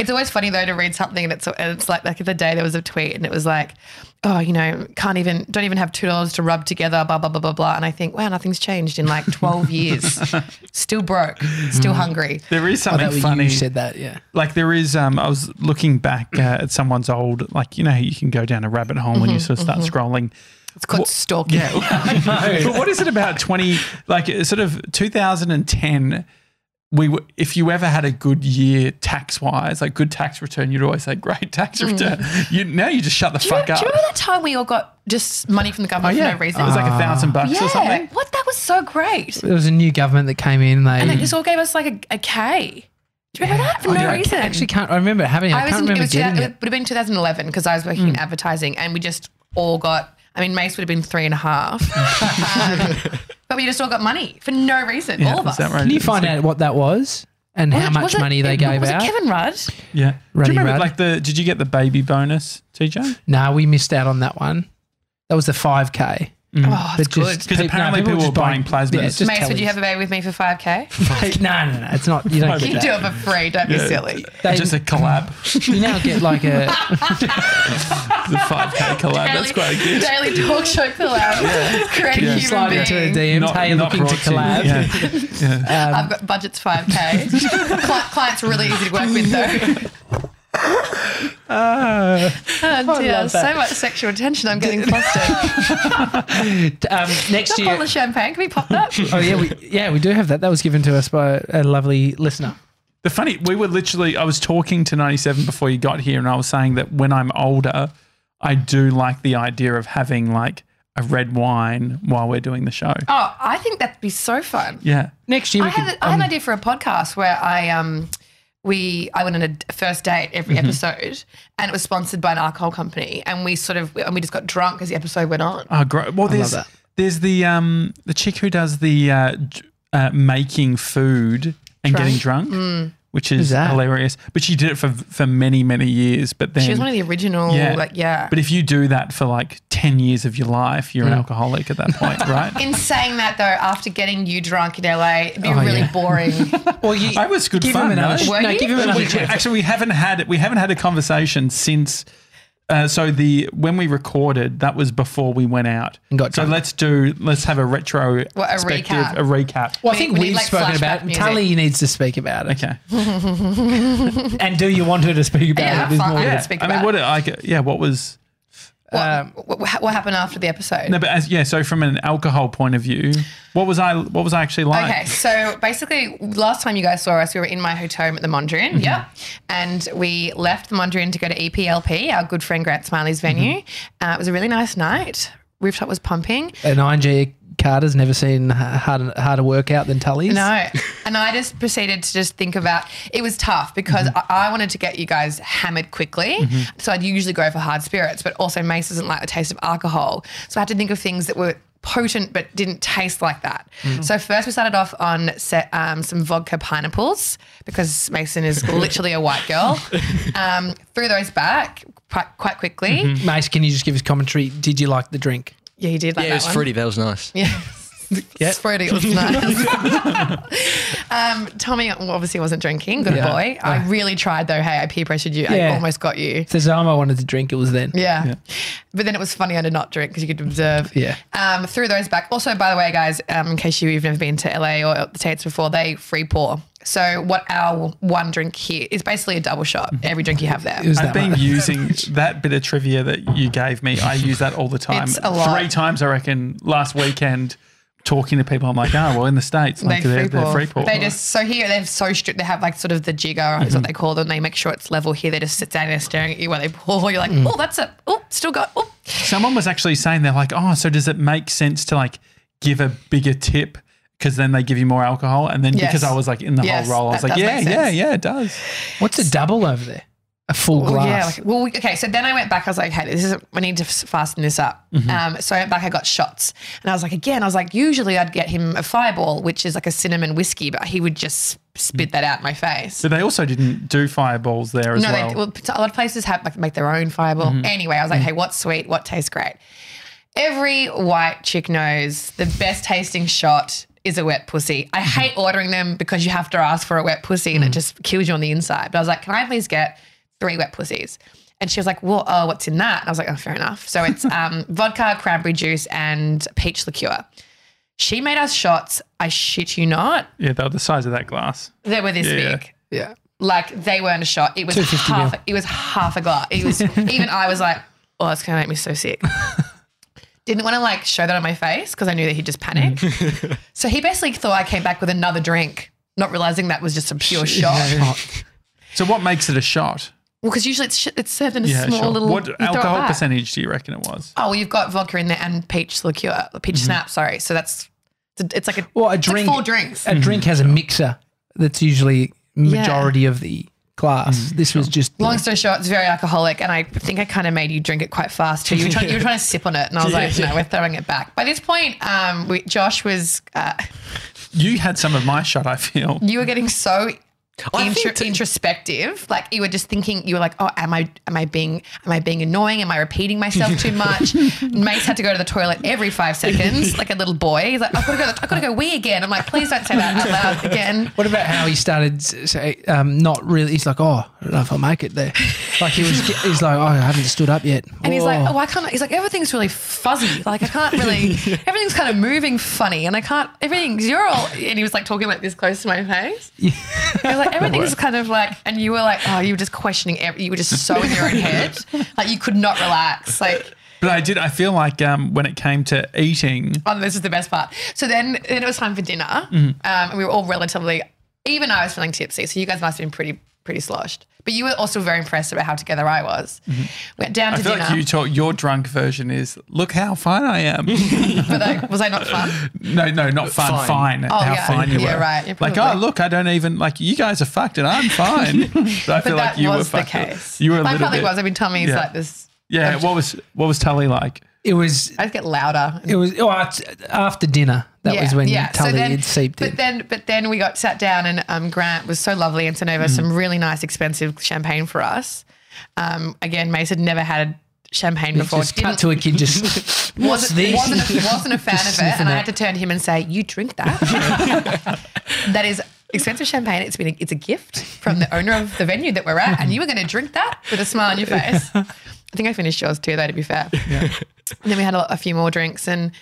It's always funny though to read something and it's and it's like like the other day there was a tweet and it was like, oh, you know, can't even don't even have two dollars to rub together, blah blah blah blah blah. And I think, wow, nothing's changed in like twelve years. Still broke, still Mm. hungry. There is Oh, something that was funny. you said that. Yeah. like there is um i was looking back uh, at someone's old like you know how you can go down a rabbit hole when you Mm-hmm, sort of start scrolling It's called What- stalking. but what is it about 20 like uh, sort of 2010 we were, if you ever had a good year tax wise like good tax return you'd always say great tax return you now you just shut the Mm. Do you, fuck do you up remember that time we all got just money from the oh government yeah for no reason? it was like a thousand bucks yeah. or something What? That was so great. There was a new government that came in. They, And they just all gave us like a, a K. Do you remember that? For Oh, I no don't- reason. actually can't. I remember having. it. I, I was can't in, it, remember was two, getting it it. would have been 2011 because I was working Mm. in advertising and we just all got, I mean, Mace would have been three and a half. um, but we just all got money for no reason, yeah, all of was us. that right? Can you find out what that was and how Was it- much was it- money they it- gave was out? it Kevin Rudd? Yeah. Do Ruddy you remember Rudd. like the did you get the baby bonus, TJ? Nah, we missed out on that one. That was the five k. Oh, that's good. Because apparently people were buying plasmas. just Mace, would you tellies. have a baby with me for 5K? no, no, no. It's not. You don't Five you get do that. it for free. Don't be silly. They- just a collab. You now get like a. the 5K collab. That's quite good. Daily talk show collab. Create Yeah. human slide being. into the DMs. hey, looking to brought you. collab. Yeah. yeah. I've got budget's 5K. Cli- clients are really easy to work with, though. oh, dear. Ah. love So that. much sexual tension. I'm getting flustered. Um, next Stop all year. the champagne. Can we pop that? Oh yeah, we yeah we do have that. That was given to us by a lovely listener. The funny, we were literally, I was talking to 97 before you got here, and I was saying that when I'm older, I do like the idea of having like a red wine while we're doing the show. Oh, I think that'd be so fun. Yeah. Next year I we had, could, I had um, an idea for a podcast where I um we I went on a d- first date every Mm-hmm. episode and it was sponsored by an alcohol company and we sort of and we just got drunk as the episode went on. Oh, great. Well, there's, that. there's the, um, the chick who does the uh, j- uh, making food and getting drunk. Hmm. Which is that? hilarious, but she did it for for many many years. But then She Mm. was one of the original, Yeah. like yeah. But if you do that for like 10 years of your life, you're an Hmm. alcoholic at that point, right? in saying that though, after getting you drunk in LA, it'd be really yeah. boring. Well, you, I was good give fun. him another. no? sh- Were no, you? give him another. We- chance. actually, we haven't had we haven't had a conversation since. Uh, so the when we recorded, that was before we went out. And got so drunk. let's do let's have a retro What, a recap? a recap. Well, I We- think we we, need, have like, spoken flashback about it. music. Tully needs to speak about it. Okay. And do you want her to speak about Yeah, it? Is fine. more- I Yeah. can speak I mean, about what like yeah, what was what, what, what happened after the episode? no, but as, yeah. So from an alcohol point of view, what was I what was I actually like? Okay, so basically, last time you guys saw us, we were in my hotel room at the Mondrian. Yeah. And we left the Mondrian to E go to EPLP, our good friend Grant Smiley's venue. Uh, it was a really nice night. Rooftop was pumping. An ING Carter's never seen ha- harder, harder work out than Tully's. No. and I just proceeded to just think about it was tough because Mm-hmm. I, I wanted to get you guys hammered quickly. So I'd usually go for hard spirits, but also Mace doesn't like the taste of alcohol. So I had to think of things that were potent but didn't taste like that. Mm-hmm. So first we started off on set, um, some vodka pineapples because Mason is literally a white girl. Um, threw those back quite, quite quickly. Mm-hmm. Mace, can you just give us commentary? Did you like the drink? Yeah, he did like Yeah, that it was one. fruity. That was nice. Yes. Yeah. Sprody was nice. um, Tommy obviously wasn't drinking. Good Yeah. boy. I really tried though. Hey, I peer pressured you. I Yeah. almost got you. If the time I wanted to drink, it was then. Yeah. But then it was funny I did not drink because you could observe. Yeah. Um, threw those back. Also, by the way, guys, um, in case you've never been to LA or the States before, they free pour. So what our one drink here is basically a double shot. Every drink you have there. Mm-hmm. It was I've that been much. using that bit of trivia that you gave me. I use that all the time. It's a lot. Three times, I reckon, last weekend, talking to people. I'm like, oh, well, in the States, like they they're, free they're pour. free pour. They just so here they're so strict. They have like sort of the jigger is Mm-hmm. what they call them. They make sure it's level. Here they just sit down there staring at you while they pour. You're like, Mm. oh, that's it. Oh, still got. Oh, Someone was actually saying they're like, oh, so does it make sense to like give a bigger tip? Because then they give you more alcohol, and then Yes. because I was like in the Yes, whole role, I was that like, does yeah, make yeah, sense. yeah, it does. What's a double over there? A full Well, yeah. glass. Like, well, we, okay. So then I went back. I was like, hey, this is. We need to f- fasten this up. Mm-hmm. Um, so I went back. I got shots, and I was like, again, I was like, usually I'd get him a fireball, which is like a cinnamon whiskey, but he would just Mm. spit that out in my face. So they also didn't do fireballs there as no, well. Mm-hmm. they, well, p- a lot of places have like make their own fireball. Anyway, I was like, hey, what's sweet? What tastes great? Every white chick knows the best tasting shot is a wet pussy. I Mm-hmm. hate ordering them because you have to ask for a wet pussy and it just kills you on the inside. But I was like, can I please get three wet pussies? And she was like, well, oh, what's in that? And I was like, oh, fair enough. So it's um, vodka, cranberry juice, and peach liqueur. She made us shots. I shit you not. yeah, they were the size of that glass. They were this Yeah. big. Yeah. Like they weren't a shot. It was 250 half. mil. It was half a glass. It was even I was like, oh, it's gonna make me so sick. Didn't want to like show that on my face because I knew that he'd just panic. so he basically thought I came back with another drink, not realizing that was just a pure shot. Well, Oh, So what makes it a shot? 'cause because usually it's sh- it's served in a Yeah, small sure. little. you What throw it alcohol back. percentage do you reckon it was? Oh, well, you've got vodka in there and peach liqueur, peach snap. Sorry, so that's it's a- it's like a Well, a it's like drink- four drinks. a drink has a mixer that's usually majority of the glass. Mm, this was just Long story short, it's very alcoholic, and I think I kind of made you drink it quite fast too. You were trying, you were trying to sip on it, and I was like, "No, we're throwing it back." By this point, um, we, Josh was uh, You had some of my shot, I feel. you were getting so I intro- think t- introspective, like you were just thinking. You were like, "Oh, am I am I being am I being annoying? Am I repeating myself too much?" Mace had to go to the toilet every five seconds, like a little boy. He's like, "I've got to go. I've got to go wee again." I'm like, "Please don't say that out loud again." What about how he started s- say, um, not really? He's like, oh, I don't know if I'll make it there. Like he was, he's like, oh, I haven't stood up yet. And he's like, Oh. oh, I can't. He's like, everything's really fuzzy. Like, I can't really. Everything's kind of moving funny, and I can't. Everything's you're all. And he was like talking like this close to my face. Yeah. like everything's kind of like, and you were like, oh, you were just questioning. Every, you were just so in your own head, like you could not relax. Like, But I did. I feel like um, when it came to eating, oh, this is the best part. So then, then it was time for dinner, Mm-hmm. um, and we were all relatively. Even I was feeling tipsy, so you guys must have been pretty pretty sloshed. But you were also very impressed about how together I was. Went down Mm-hmm. to I feel dinner, like you talk. Your drunk version is look how fine I am. but like, was I not fun? no, no, not fun. Fine. Fine. Oh, how yeah. fine you Yeah, were. right. Yeah, like oh probably. look, I don't even like you guys are fucked and I'm fine. but I feel like But that you were was the fucked. case. You were a I little probably bit. was. I mean, Tommy's yeah. like this. yeah. What was what was Tully like? it was, I'd get louder. it was. Oh, it's after dinner. That was when Tully had seeped but in. then, but then we got sat down, and um, Grant was so lovely and sent Mm. over some really nice, expensive champagne for us. Um, again, Mace had never had champagne before. just cut Didn't- to a kid. Just what's wasn't, this? Wasn't a, wasn't a fan of it, sniffing and I it. had to turn to him and say, "You drink that? that is expensive champagne. It's been a, it's a gift from the owner of the venue that we're at, and you were going to drink that with a smile on your face." I think I finished yours too, though. To be fair, and then we had a, a few more drinks, and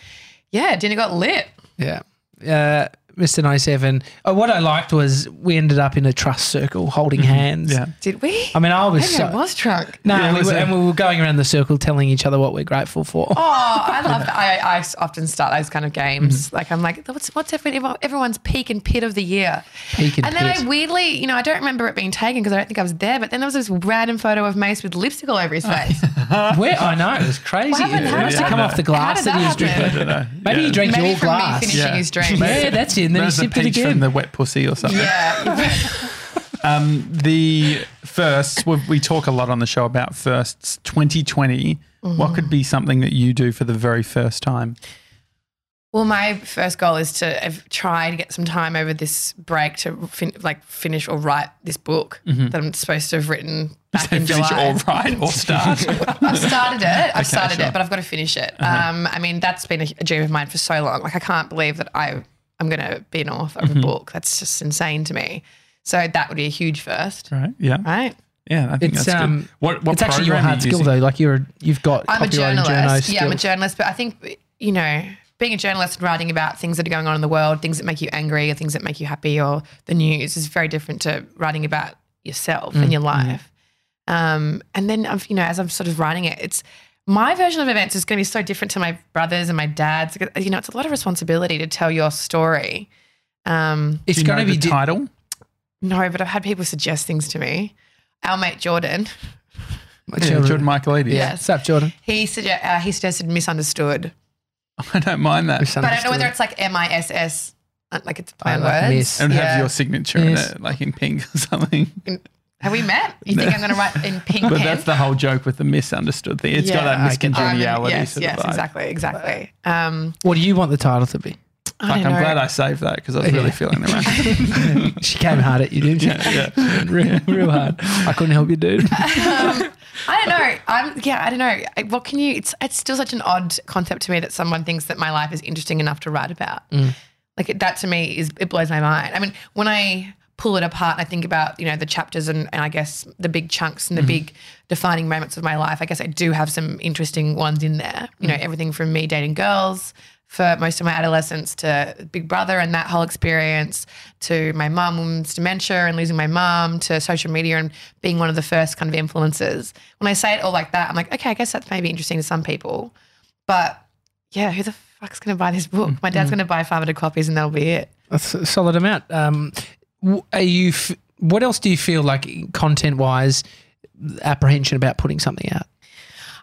yeah, dinner got lit. Yeah. Uh, Mr. 97. Uh, what I liked was we ended up in a trust circle holding Mm-hmm. hands. Yeah. Did we? I mean, I was Maybe so. I was drunk. No, Yeah, it we was were, a- and we were going around the circle telling each other what we're grateful for. Oh, I love that. I, I s- often start those kind of games. Mm-hmm. Like I'm like, what's what's everyone, everyone's peak and pit of the year? Peak and then pit. I weirdly, you know, I don't remember it being taken because I don't think I was there. But then there was this random photo of Mace with lipstick all over his face. Where I know it was crazy. What happened? It How must did have come that- off the How glass did that, he was that drinking. I happen? don't know. Maybe yeah. he drank Maybe your from me glass. finishing Yeah. his drink. Yeah, that's it. And then he There's a sipped it peach from again. the wet pussy or something. Um, Yeah. The firsts, we, we talk a lot on the show about firsts. Mm-hmm. 2020, what could be something that you do for the very first time? Well, my first goal is to uh, try to get some time over this break to fin- like finish or write this book that I'm supposed to have written back in Mm-hmm. finish July. all right or start. I've started it. I've started sure. Uh-huh. it, but I've got to finish it. Um, I mean, that's been a, a dream of mine for so long. Like, I can't believe that I I'm going to be an author Mm-hmm. of a book. That's just insane to me. So that would be a huge first, right. Yeah. right? Yeah. I think It's, that's um, good. What, what it's actually your program are hard you skill using? though. Like you're you've got I'm a copywriting journalist. journo skill. yeah, I'm a journalist, but I think you know, being a journalist and writing about things that are going on in the world, things that make you angry or things that make you happy or the news is very different to writing about yourself and your life. Um, and then I've, you know, as I'm sort of writing it, it's my version of events is going to be so different to my brothers and my dad's. You know, it's a lot of responsibility to tell your story. Um, Do it's you going know to be the di- title? no, but I've had people suggest things to me. Our mate Jordan, Yeah, Jordan. Jordan Michael Eddy. Yeah. What's up, Jordan? he suggest, uh, he suggested misunderstood. I don't mind that. But I don't know whether it's like M I S S, uh, like it's play on like words. miss. And Yeah. have your signature Yes. in it, like in pink or something. Have we met? You think I'm going to write in pink But pen? that's the whole joke with the misunderstood thing. It's got Yeah, that I get that. Um, miscongeniality yes, to the yes, vibe. exactly, exactly. Um, What do you want the title to be? I Fuck, don't know. I'm glad I saved that because I was Yeah. really feeling the rush. She came hard at you, didn't she? yeah, yeah. real, real hard. I couldn't help you, dude. I don't know. I'm yeah. I don't know. I- What can you? It's it's still such an odd concept to me that someone thinks that my life is interesting enough to write about. Mm. Like it, that to me is it blows my mind. I mean, when I pull it apart and I think about you know the chapters and, and I guess the big chunks and the big defining moments of my life, I guess I do have some interesting ones in there. You know, everything from me dating girls for most of my adolescence to Big Brother and that whole experience to my mum's dementia and losing my mum to social media and being one of the first kind of influencers. When I say it all like that, I'm like, okay, I guess that's maybe interesting to some people. But yeah, who the fuck's going to buy this book? My dad's going to buy 500 copies and that'll be it. That's a solid amount. Um, w- are you? F- what else do you feel like content-wise? Apprehension about putting something out.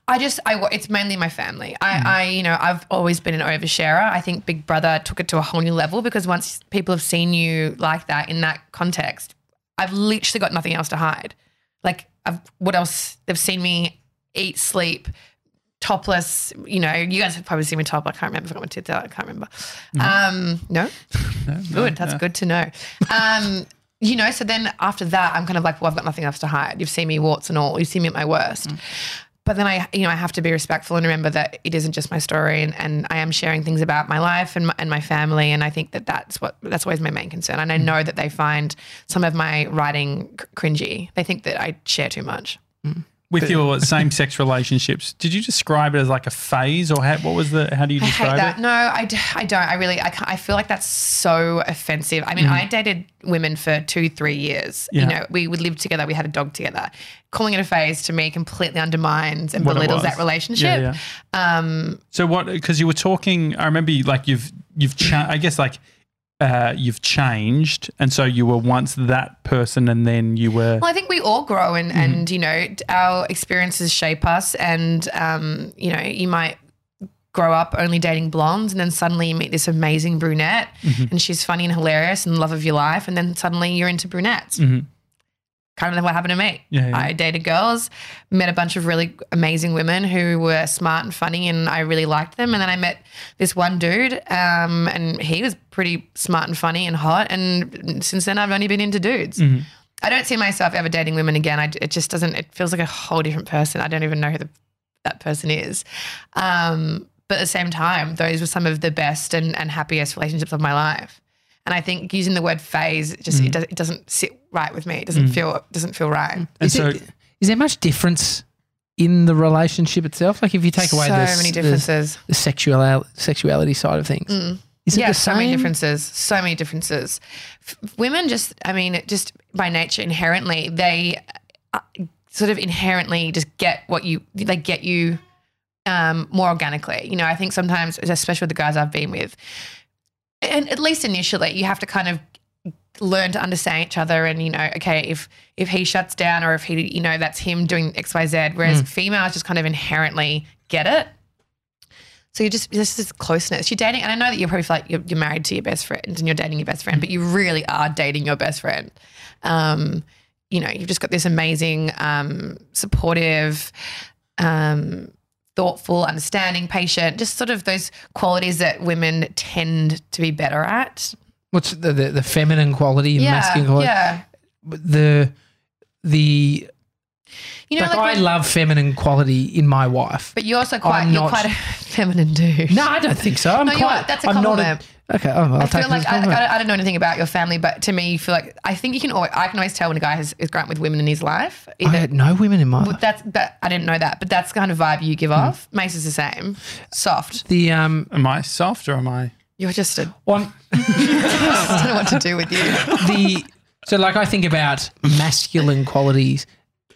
I just, I, wa- it's mainly my family. I, I, you know, I've always been an oversharer. I think Big Brother took it to a whole new level because once people have seen you like that in that context, I've literally got nothing else to hide. Like, I've, what else? They've seen me eat, sleep, topless. You know, you guys have probably seen me top. I can't remember if I got my tits out. I can't remember. Um, no? good. That's good to know. Um, you know, so then after that, I'm kind of like, well, I've got nothing else to hide. You've seen me warts and all. You've seen me at my worst. But then I, you know, I have to be respectful and remember that it isn't just my story, and, and I am sharing things about my life and my, and my family, and I think that that's what that's always my main concern. And I know that they find some of my writing c- cringy. They think that I share too much. With your same-sex relationships, did you describe it as like a phase, or how, what was the? How do you I hate describe that. it? No, I, d- I don't. I really, I, can't, I feel like that's so offensive. I mean, I dated women for two, three years. Mm-hmm. Yeah. You know, we would live together. We had a dog together. Calling it a phase to me completely undermines and What it was. belittles that relationship. Yeah, Um, so what? Because you were talking, I remember, you, like you've you've cha- I guess like uh, you've changed, and so you were once that person, and then you were. Well, I think we all grow, and and Mm-hmm. you know, d- our experiences shape us, and um, you know, you might grow up only dating blondes and then suddenly you meet this amazing brunette Mm-hmm. and she's funny and hilarious and love of your life and then suddenly you're into brunettes kind of what happened to me. Mm-hmm. Yeah, yeah. I dated girls, met a bunch of really amazing women who were smart and funny, and I really liked them. And then I met this one dude, um, and he was pretty smart and funny and hot. And since then, I've only been into Mm-hmm. dudes. I don't see myself ever dating women again. I, it just doesn't. It feels like a whole different person. I don't even know who the, that person is. Um, but at the same time, those were some of the best and, and happiest relationships of my life. And I think using the word phase it Mm. just it, does, it doesn't sit right with me. It doesn't feel it doesn't feel right. And Is, so- it, is there much difference in the relationship itself? Like if you take away so the, many s- the- differences. Mm. the sexual sexuality side of things, is it yeah, the so many same? differences. So many differences. F- women just, I mean, just by nature, inherently, they uh, sort of inherently just get what you, they get you um, more organically. You know, I think sometimes, especially with the guys I've been with, and at least initially, you have to kind of learn to understand each other and you know okay if if he shuts down or if he you know that's him doing xyz Hmm. whereas females just kind of inherently get it so you just this is closeness. You're dating, and I know that you're probably like you're, you're married to your best friend and you're dating your best friend, but you really are dating your best friend. Um, you know, you've just got this amazing, um, supportive, um, thoughtful, understanding, patient, just sort of those qualities that women tend to be better at. What's the the, the feminine quality and yeah, masculine quality? yeah. But The the You know, like, like, I when- love feminine quality in my wife. but you're also quite you're not- quite a feminine dude. No, I don't think so. I'm No, you quite. are. That's a I'm not a- compliment. okay, oh, I'll I take feel it like as a I, compliment. I, I don't know anything about your family, but to me, you feel like I think you can. Always, I can always tell when a guy has, is grunt with women in his life. I Either had no women in my Well, life. that's that. I didn't know that, but that's the kind of vibe you Hmm. give off. Mace is the same. Soft. The um, Am I soft or am I? You're just a. one I don't know what to do with you. the so like I think about masculine qualities.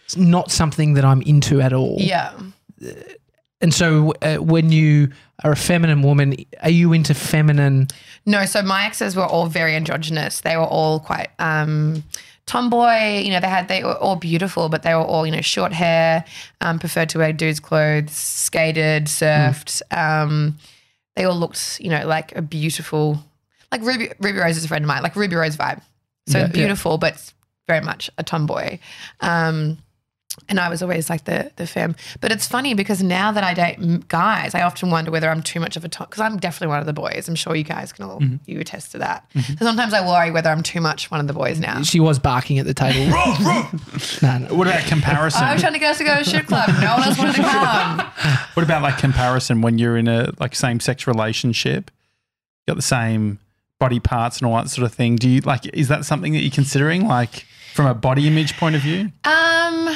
It's not something that I'm into at all. Yeah. And so uh, when you are a feminine woman, are you into feminine? No. So my exes were all very androgynous. They were all quite um, tomboy. You know, they had they were all beautiful, but they were all you know short hair, um, preferred to wear dudes' clothes, Hmm. skated, surfed. Um, they all looked you know like a beautiful, like Ruby Ruby Rose is a friend of mine, like Ruby Rose vibe. So Yeah, yeah. beautiful, but very much a tomboy. Um, and I was always like the the femme. But it's funny because now that I date m- guys, I often wonder whether I'm too much of a tom. Because I'm definitely one of the boys. I'm sure you guys can all Mm-hmm. you attest to that. So sometimes I worry whether I'm too much one of the boys now. She was barking at the table. no, no. What about comparison? I was Oh, trying to get us to go to a strip club. No one else wanted to come. What about like comparison when you're in a like same sex relationship? You got the same body parts and all that sort of thing. Do you like is that something that you're considering like from a body image point of view? Um,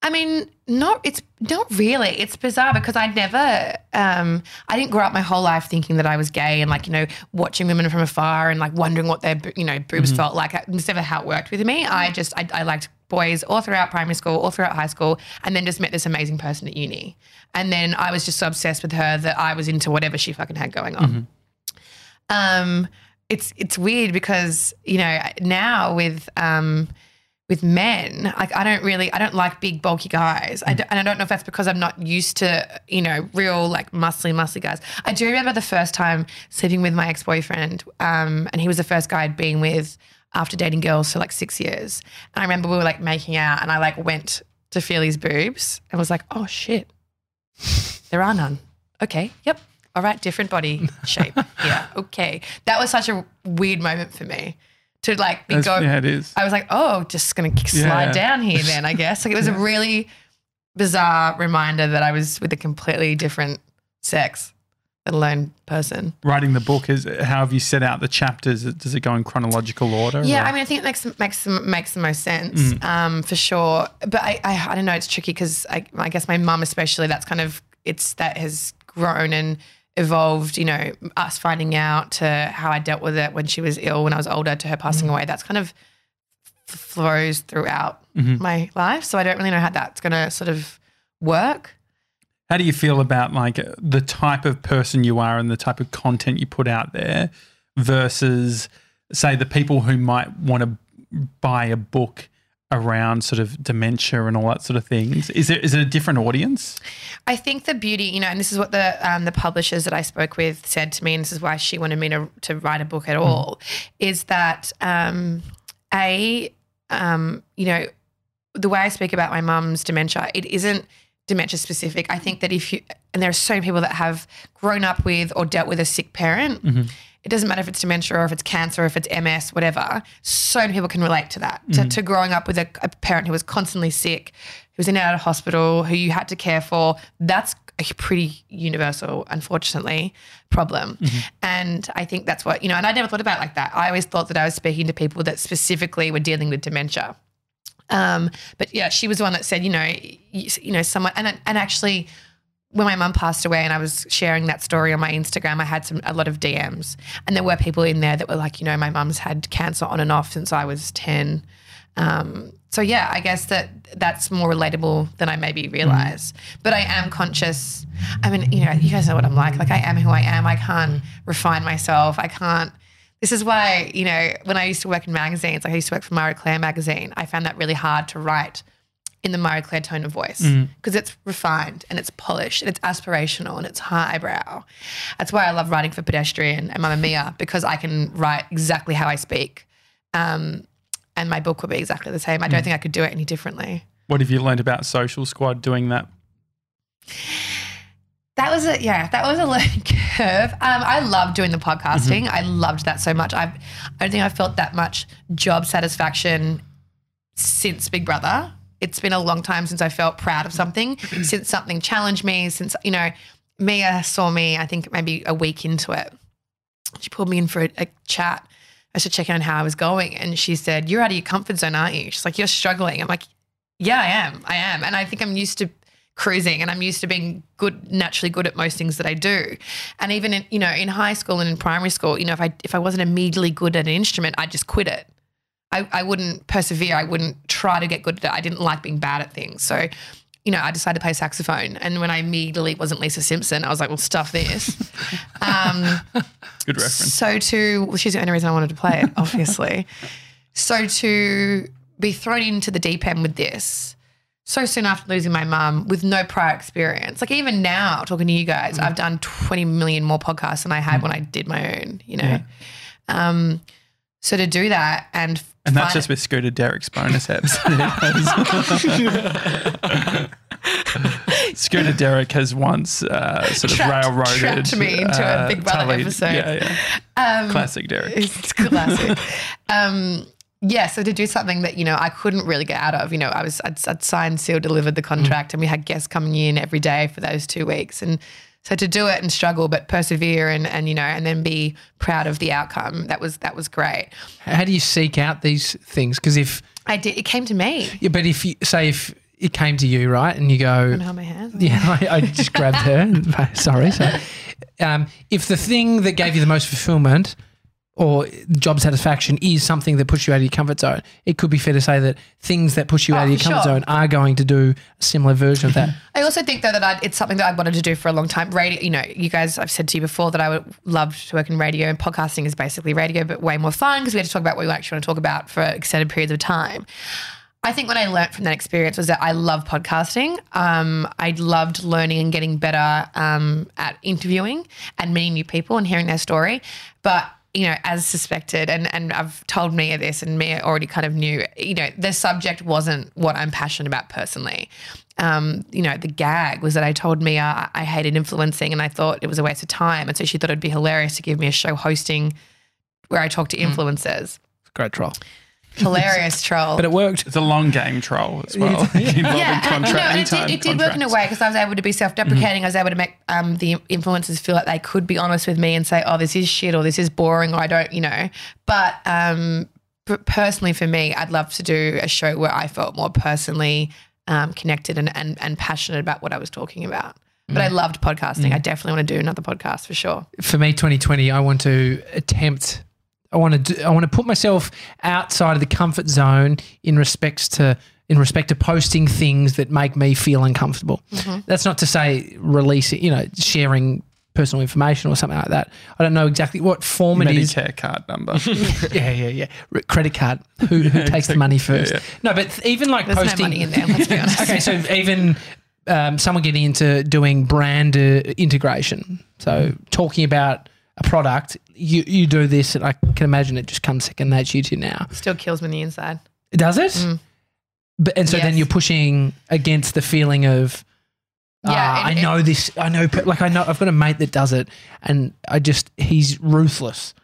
I mean, not it's not really. It's bizarre because I never, um, I didn't grow up my whole life thinking that I was gay and like you know watching women from afar and like wondering what their bo- you know boobs felt like. That- That's never how it worked with me. I just I, I liked boys all throughout primary school, all throughout high school, and then just met this amazing person at uni. And then I was just so obsessed with her that I was into whatever she fucking had going on um, it's it's weird because you know now with um, with men, like I don't really I don't like big bulky guys, I d- and I don't know if that's because I'm not used to you know real like muscly muscly guys. I do remember the first time sleeping with my ex boyfriend, um, and he was the first guy I'd been with after dating girls for like six years, and I remember we were like making out, and I like went to feel his boobs and was like, oh shit, there are none. Okay. Yep. All right. Different body shape. yeah. Okay. That was such a weird moment for me to like be That's- go. yeah, it is. I was like, oh, just gonna k- slide Yeah. down here then. I guess like it was a really bizarre reminder that I was with a completely different sex, let alone person. Writing the book is how have you set out the chapters? Does it go in chronological order? Yeah, or- I mean, I think it makes makes makes the most sense um, for sure. But I, I I don't know. It's tricky because I I guess my mum especially. That's kind of it's that has grown and evolved. You know, us finding out to how I dealt with it when she was ill when I was older to her passing away. That's kind of f- flows throughout my life. So I don't really know how that's going to sort of work. How do you feel about like the type of person you are and the type of content you put out there versus say the people who might want to buy a book around sort of dementia and all that sort of things? Is it is it a different audience? I think the beauty, you know, and this is what the um, the publishers that I spoke with said to me, and this is why she wanted me to to write a book at all, is that um, a um, you know the way I speak about my mum's dementia, it isn't dementia specific. I think that if you and there are so many people that have grown up with or dealt with a sick parent. It doesn't matter if it's dementia or if it's cancer or if it's MS, whatever. So many people can relate to that, to, to growing up with a, a parent who was constantly sick, who was in and out of hospital, who you had to care for. That's a pretty universal, unfortunately, problem. And I think that's what, you know, and I never thought about it like that. I always thought that I was speaking to people that specifically were dealing with dementia. Um, but yeah, she was the one that said, you know, you, you know, someone, and and actually, when my mum passed away, and I was sharing that story on my Instagram, I had some a lot of DMs, and there were people in there that were like, you know, my mum's had cancer on and off since I was ten. Um, so yeah, I guess that that's more relatable than I maybe realize. But I am conscious. I mean, you know, you guys know what I'm like. Like I am who I am. I can't refine myself. I can't. This is why, you know, when I used to work in magazines, like I used to work for Marie Claire magazine, I found that really hard to write in the Marie Claire tone of voice because it's refined and it's polished and it's aspirational and it's highbrow. That's why I love writing for Pedestrian and Mamma Mia because I can write exactly how I speak. Um, and my book would be exactly the same. I don't think I could do it any differently. What have you learned about Social Squad doing that? that was a yeah, that was a learning curve. Um, I loved doing the podcasting. I loved that so much. I've, I don't think I felt that much job satisfaction since Big Brother. It's been a long time since I felt proud of something, since something challenged me, since you know, Mia saw me. I think maybe a week into it, she pulled me in for a, a chat. I should check in on how I was going, and she said, "You're out of your comfort zone, aren't you?" She's like, "You're struggling." I'm like, yeah, I am. I am. And I think I'm used to cruising and I'm used to being good naturally good at most things that I do. And even in, you know, in high school and in primary school, you know, if I if I wasn't immediately good at an instrument, I'd just quit it. I, I wouldn't persevere. I wouldn't try to get good at it. I didn't like being bad at things. So, you know, I decided to play saxophone. And when I immediately wasn't Lisa Simpson, I was like, well, stuff this. um, Good reference. so to well, she's the only reason I wanted to play it, obviously. so to be thrown into the deep end with this so soon after losing my mum with no prior experience. Like even now, talking to you guys, Mm. I've done 20 million more podcasts than I had when I did my own, you know. Um so to do that and And that's find- just with Scooter Derek's bonus apps. Scooter Derek has once uh, sort of Trapped- railroaded trapped me into a Big Brother Tully. episode. Yeah, yeah. um, Classic Derek. It's classic. um, yeah, so to do something that you know I couldn't really get out of, you know, I was I'd, I'd signed, sealed, delivered the contract, and we had guests coming in every day for those two weeks, and so to do it and struggle but persevere and and you know and then be proud of the outcome that was that was great. How do you seek out these things? Because if, I did. It came to me. yeah, but if you say if it came to you, right, and you go, I held my hand. Yeah, I, I just grabbed her. sorry, sorry. Um, if the thing that gave you the most fulfillment or job satisfaction is something that pushed you out of your comfort zone, it could be fair to say that things that push you Oh, out of your for comfort sure. zone are going to do a similar version of that. I also think though that I'd, it's something that I wanted to do for a long time. Radio, you know, you guys, I've said to you before that I would love to work in radio, and podcasting is basically radio, but way more fun because we had to talk about what we actually want to talk about for extended periods of time. I think what I learned from that experience was that I love podcasting. Um, I loved learning and getting better um, at interviewing and meeting new people and hearing their story. But you know, as suspected, and and I've told Mia this, and Mia already kind of knew. You know, the subject wasn't what I'm passionate about personally. Um, you know, the gag was that I told Mia I, I hated influencing, and I thought it was a waste of time, and so she thought it'd be hilarious to give me a show hosting where I talk to influencers. Great troll. Hilarious troll. But it worked. It's a long game troll as well. Involving and, you know, contract- uh, and it anytime did, it did work in a contracts. way because I was able to be self-deprecating. I was able to make um, the influencers feel like they could be honest with me and say, "Oh, this is shit," or "This is boring," or "I don't," you know. But um, p- personally, for me, I'd love to do a show where I felt more personally um, connected and, and and passionate about what I was talking about. But I loved podcasting. I definitely want to do another podcast for sure. For me, 2020, I want to attempt. I want to. Do, I want to put myself outside of the comfort zone in respects to in respect to posting things that make me feel uncomfortable. Mm-hmm. That's not to say releasing, you know, sharing personal information or something like that. I don't know exactly what form it is. Medicare card number. Yeah, yeah, yeah. R- credit card. Who, who takes the money first? yeah. No, but th- even like There's posting no money in there. Let's be honest. okay, so even um, someone getting into doing brand uh, integration, so talking about a product, you you do this, and I can imagine it just comes second nature to you now. Still kills me on the inside. Does it? But and so then Mm. Yes. you're pushing against the feeling of. Yeah, "Ah, it- I know this. I know, pe- like I know. I've got a mate that does it, and I just he's ruthless,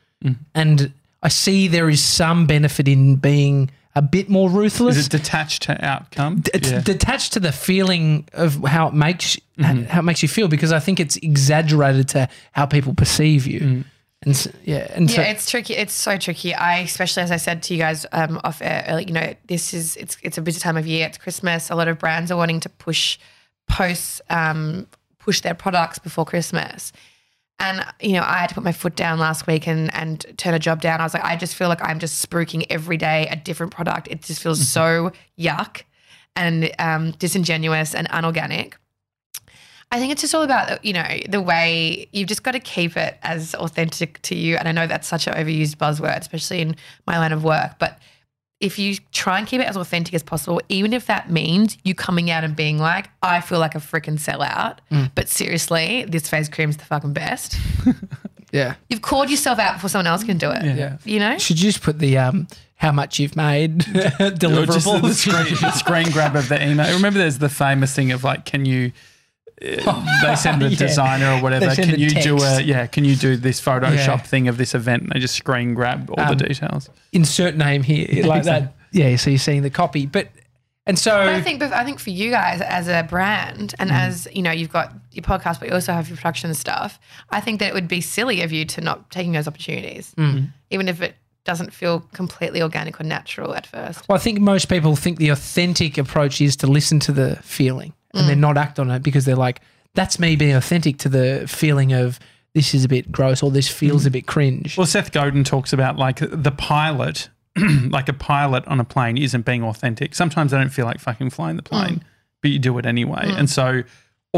and I see there is some benefit in being a bit more ruthless Is it detached to outcome? it's Yeah. detached to the feeling of how it makes Mm-hmm. how it makes you feel because I think it's exaggerated to how people perceive you. Mm. And so, yeah, and so yeah, it's tricky. It's so tricky. I, especially as I said to you guys um, off air, early, you know, this is it's it's a busy time of year. It's Christmas. A lot of brands are wanting to push posts, um, push their products before Christmas. And you know, I had to put my foot down last week and and turn a job down. I was like, I just feel like I'm just spruiking every day a different product. It just feels so yuck and um, disingenuous and unorganic. I think it's just all about you know the way you've just got to keep it as authentic to you. And I know that's such an overused buzzword, especially in my line of work. But if you try and keep it as authentic as possible, even if that means you coming out and being like, "I feel like a freaking sellout," but seriously, this face cream's the fucking best. yeah. You've called yourself out before someone else can do it. Yeah. You know, Should you just put the um how much you've made Or just the deliverables? screen, the screen grab of the email. Remember, there's the famous thing of like, can you uh, they send the Oh, Yeah. designer or whatever. They send Can a you do a text. yeah? Can you do this Photoshop Yeah. thing of this event? And they just screen grab all Um, the details. insert name here, like that. Yeah, so you're seeing the copy, but and so But I think, but I think for you guys as a brand and as you know, you've got your podcast, but you also have your production stuff. I think that it would be silly of you to not taking those opportunities, even if it doesn't feel completely organic or natural at first. Well, I think most people think the authentic approach is to listen to the feeling and Mm. then not act on it because they're like, that's me being authentic to the feeling of this is a bit gross or this Mm. feels a bit cringe. Well, Seth Godin talks about like the pilot, like a pilot on a plane isn't being authentic. Sometimes I don't feel like fucking flying the Mm. plane, but you do it anyway. And so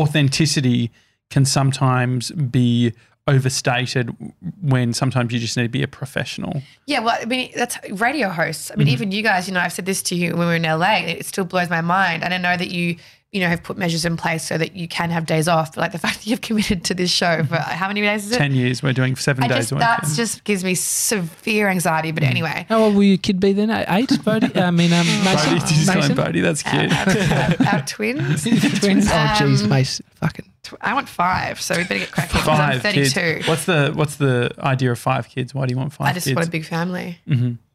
authenticity can sometimes be overstated when sometimes you just need to be a professional. Yeah, well, I mean, that's radio hosts. I mean, even you guys, you know, I've said this to you when we were in LA, and it still blows my mind. And I know that you, you know, have put measures in place so that you can have days off. But like the fact that you've committed to this show for how many days is it? 10 years, we're doing seven I days just a week. that just gives me severe anxiety. But anyway, How old will your kid be then? Eight? Bodhi? I mean, um, Mason? Bodhi, just going Mason? Bodhi, that's cute. our, our- our twins. Twins? Oh, jeez, Um, Mason. Fucking. Tw- I want five, so we better get cracking. 'cause I'm Five 32. kids. What's the what's the idea of five kids? Why do you want five I just kids? want a big family.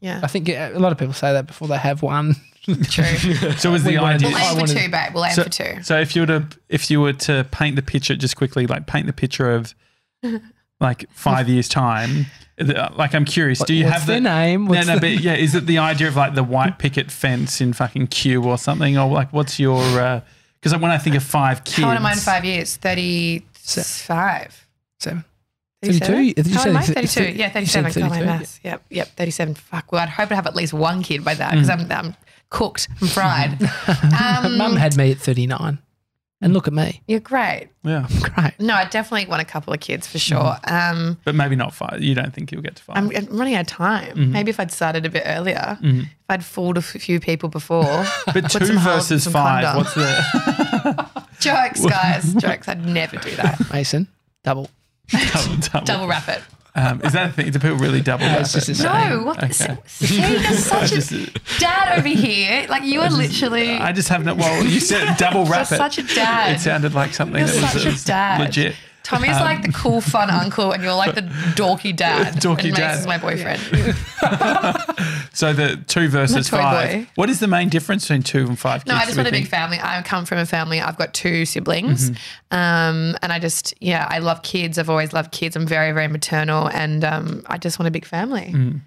Yeah, I think uh, a lot of people say that before they have one. true. so was we the wanted- idea We'll aim for wanted- two, babe. We'll aim so, for two. so if you were to if you were to paint the picture just quickly, like paint the picture of like five years time. the- Like I'm curious, do you What's have their the name? No, What's no, the- but yeah, is it the idea of like the white picket fence in fucking Q or something, or like what's your? Because when I think of five kids, How old am I in five years? 35. So, 37? 32? You How old said am I? it's- 32. it's- Yeah, you said 37. God, my 32, yeah. maths. Yep, yep, 37. Fuck. Well, I'd hope I'd have at least one kid by that because I'm, I'm cooked. I'm fried. Um, Mum had me at 39. And look at me. You're great. Yeah, Great. No, I definitely want a couple of kids for sure. Um, but maybe not five. You don't think you'll get to 5 I'm, I'm running out of time. Mm-hmm. Maybe if I'd started a bit earlier, if I'd fooled a f- few people before. but put some two holes versus and some five. condom. What's the? jokes, guys, jokes. I'd never do that. Mason, double. double, double. Double wrap it. Um, is that a thing? Do people really double wrap it's just it? a No, what? Okay. See, you're such Just- a dad over here. Like you are literally. I just have no. Well, you said double wrap You're it. such a dad. It sounded like something You're that was, such a was dad. legit. Tommy's um, like the cool, fun uncle, and you're like the dorky dad. Dorky and dad. Mason's my boyfriend. So the two versus toy five. boy. What is the main difference between two and five? No, kids, I just do want we a big think? family. I come from a family. I've got two siblings, Mm-hmm. um, and I just yeah, I love kids. I've always loved kids. I'm very very maternal, and um, I just want a big family. Mm,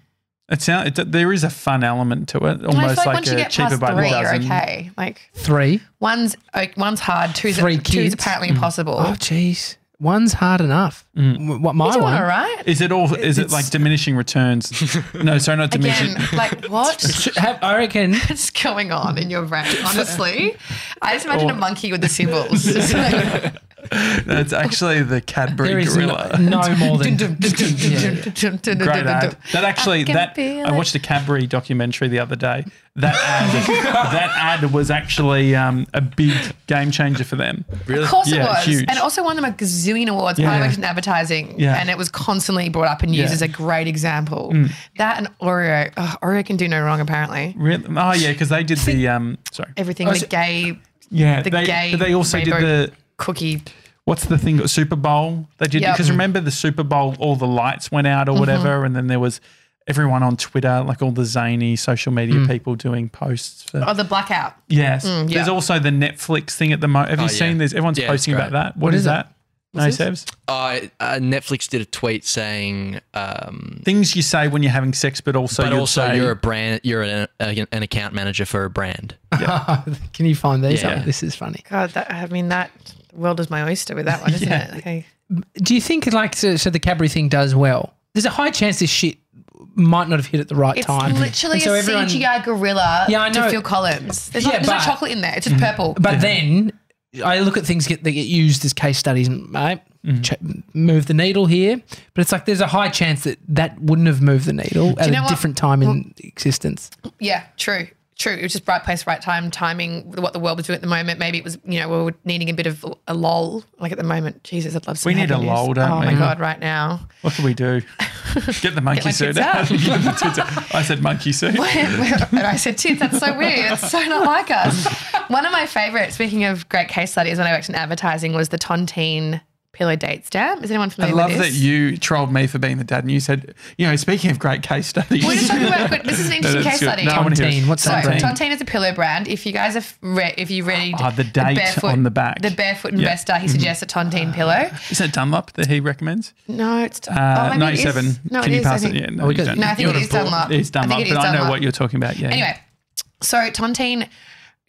It sound, it, there is a fun element to it, And I almost feel like, like once you a get cheaper past by the three, you're dozen. okay. Like Three. one's like, one's hard. Two's Three two's kids? apparently Mm. impossible. Oh, jeez. One's hard enough. W- What my You're Mm. doing one? all right. Is it all? Is it It's- like diminishing returns? no, sorry, not diminishing. Again, like what Have, I reckon. is going on in your brain? Honestly, I just imagine a Or- monkey with the symbols. Just like- No, it's actually the There Cadbury is no, gorilla. no more than Great ad. That actually, can that feel I watched a Cadbury documentary the other day. That ad, that ad was actually um, a big game changer for them. Of course Yeah, it was. huge. And also won them a gazillion awards Yeah. I worked in advertising. Yeah. And it was constantly brought up and used Yeah. as a great example. Mm. That and Oreo. Oh, Oreo can do no wrong, apparently. Really? Oh yeah, because they did the um. Sorry. Oh, Everything the gay Yeah, the they, gay but they also did rainbow- the cookie. what's the thing Super Bowl? They did Yep. Mm-hmm. because remember the Super Bowl, all the lights went out or whatever, and then there was everyone on Twitter, like all the zany social media people doing posts. For, Mm. Oh, the blackout. yes, yeah. there's also the Netflix thing at the moment. Have you Mm, Oh, yeah. seen this? Everyone's Yeah, it's posting about great. that. what is, is it? that? No, Sevs. I uh, Netflix did a tweet saying, um, Things you say when you're having sex, but also but you'd also say- you're a brand, you're an, a, an account manager for a brand. Can you find these? Yeah. Oh, this is funny. God, that, I mean, that the world is my oyster with that one, isn't Yeah. it? Okay. Do you think, like, so, so the Cadbury thing does well? There's a high chance this shit might not have hit at the right It's time. literally And so a everyone- CGI gorilla Yeah, I to know. Phil Collins. There's, Yeah, not, there's no but- chocolate in there. It's just purple. But then I look at things get, that get used as case studies and mate, ch- move the needle here. But it's like there's a high chance that that wouldn't have moved the needle at know a what? different time in existence. Yeah, true. True. It was just right place, right time, timing, what the world was doing at the moment. Maybe it was, you know, we were needing a bit of a lull. Like at the moment, Jesus, I'd love some We need happy a news. lull, don't Oh we? my God, right now. What can we do? Get the monkey my suit kids out. out. Get the tits out. I said monkey suit. and I said, tits, that's so weird. It's so not like us. One of my favorite, speaking of great case studies when I worked in advertising, was the Tontine pillow date stamp. Is anyone I familiar love with that this? you trolled me for being the dad, and you said, you know, speaking of great case studies. We're just talking about good. This is an No, interesting that's case good. study. No, I wanna hear it. Tontine, what's So that brand? Tontine is a pillow brand. If you guys have re- if you read Ah, the date on the back. Mm-hmm. Ah. the barefoot investor, he suggests a Tontine pillow. Is that Dunlop that he recommends? No, it's Uh, oh, maybe it is. 97. No, Can it you is, I pass it? think. Yeah, no, Oh, we you got- don't. No, I think You're it a is bull. Dunlop. It's I Dunlop, think it but is I know Dunlop. what you're talking about. Yeah. Anyway, so tontine,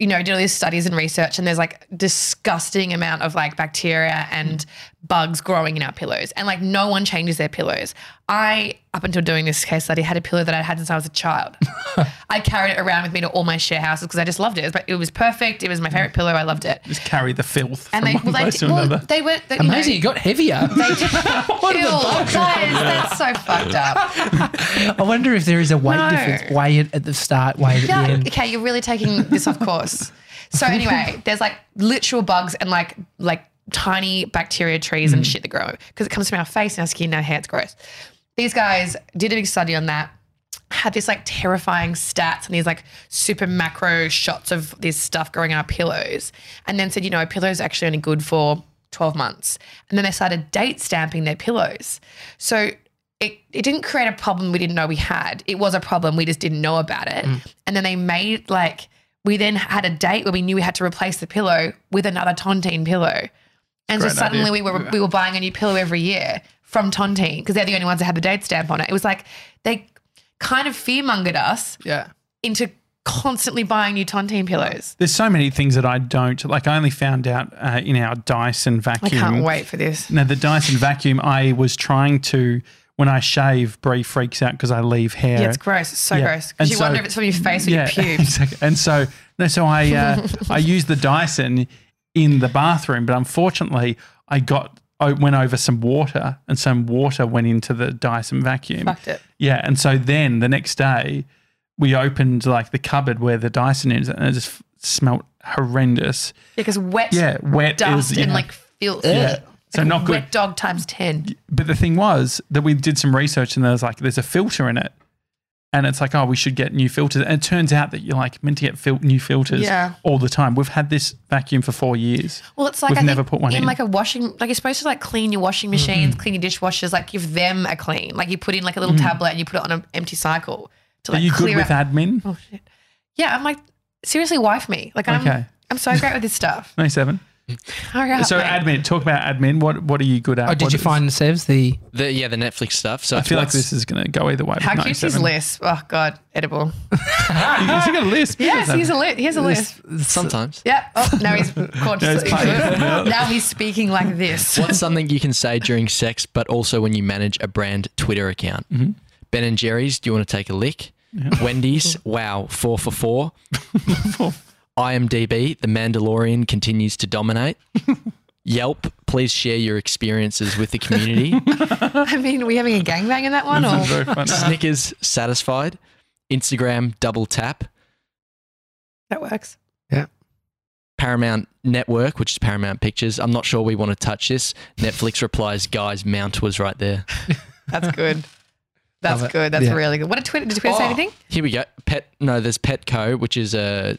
you know, did all these studies and research, and there's like disgusting amount of like bacteria and bugs growing in our pillows, and like no one changes their pillows. I, up until doing this case study, had a pillow that I had since I was a child. I carried it around with me to all my share houses because I just loved it. It was, but it was perfect. It was my favorite pillow. I loved it. Just carry the filth And from they, one well, they, place to well, another. they were they, you know, Amazing, you got heavier. Ew, guys, that's so fucked up. I wonder if there is a weight No. difference. Weigh it at the start, weigh it at the Yeah. end. Okay, you're really taking this off course. So anyway, there's like literal bugs and like like tiny bacteria trees and shit that grow because it comes from our face and our skin, our hair. It's gross. These guys did a big study on that. Had this like terrifying stats and these like super macro shots of this stuff growing in our pillows, and then said, you know, a pillow is actually only good for 12 months. And then they started date stamping their pillows. So it, it didn't create a problem we didn't know we had. It was a problem. We just didn't know about it. And then they made like, we then had a date where we knew we had to replace the pillow with another Tontine pillow. And so Great suddenly idea. we were we were buying a new pillow every year from Tontine because they're the only ones that had the date stamp on it. It was like they kind of fearmongered us Yeah. into constantly buying new Tontine pillows. There's so many things that I don't like. I only found out uh, in our Dyson I vacuum. can't wait for this. Now, the Dyson vacuum, I was trying to, when I shave, Brie freaks out because I leave hair. Yeah, it's gross. It's so Yeah. gross. And Because you so- wonder if it's from your face or your pubes. exactly. And so, no, so I, uh, I used the Dyson in the bathroom, but unfortunately, I got, I went over some water and some water went into the Dyson vacuum. Fucked it. Yeah. And so then the next day, we opened like the cupboard where the Dyson is and it just smelt horrendous. Because wet Yeah. Wet dust is, and yeah. like filth. Yeah. So Like not good. Wet dog times 10. But the thing was that we did some research and there's like there's a filter in it. And it's like, oh, we should get new filters. And it turns out that you're like meant to get fil- new filters Yeah. all the time. We've had this vacuum for four years. Well, it's like We've I never think put one in. like a washing, like you're supposed to like clean your washing machines, clean your dishwashers, like give them a clean. Like you put in like a little tablet and you put it on an empty cycle to Mm. Are like you good clear with out. admin? Oh shit! Yeah, I'm like seriously, wife me. Like I'm, Okay. I'm so great with this stuff. No seven. Hurry up, So mate. admin, talk about admin. What what are you good at? Oh, did What you is- find Sevs the The, yeah, the Netflix stuff. So I it's feel like what's- this is going to go either way. How with cute is 97. Lisp? Oh god, edible. Has he got a lisp? Yes, Doesn't he's a lisp. Here's a lisp. sometimes. Yeah. Oh, now he's caught. Yeah, he's playing. Yeah. now he's speaking like this. What's something you can say during sex, but also when you manage a brand Twitter account? Ben and Jerry's, do you want to take a lick? Wendy's, wow, four for four. IMDb, The Mandalorian continues to dominate. Yelp, please share your experiences with the community. I mean, are we having a gangbang in that one? he? Or? This is very funny. Snickers, satisfied. Instagram, double tap. That works. Paramount Network, which is Paramount Pictures. I'm not sure we want to touch this. Netflix replies, guys, Mount was right there. That's good. Love That's it. good. That's Yeah. really good. What did Twitter? Did Twitter say Oh, anything? Here we go. Pet. No, there's Petco, which is a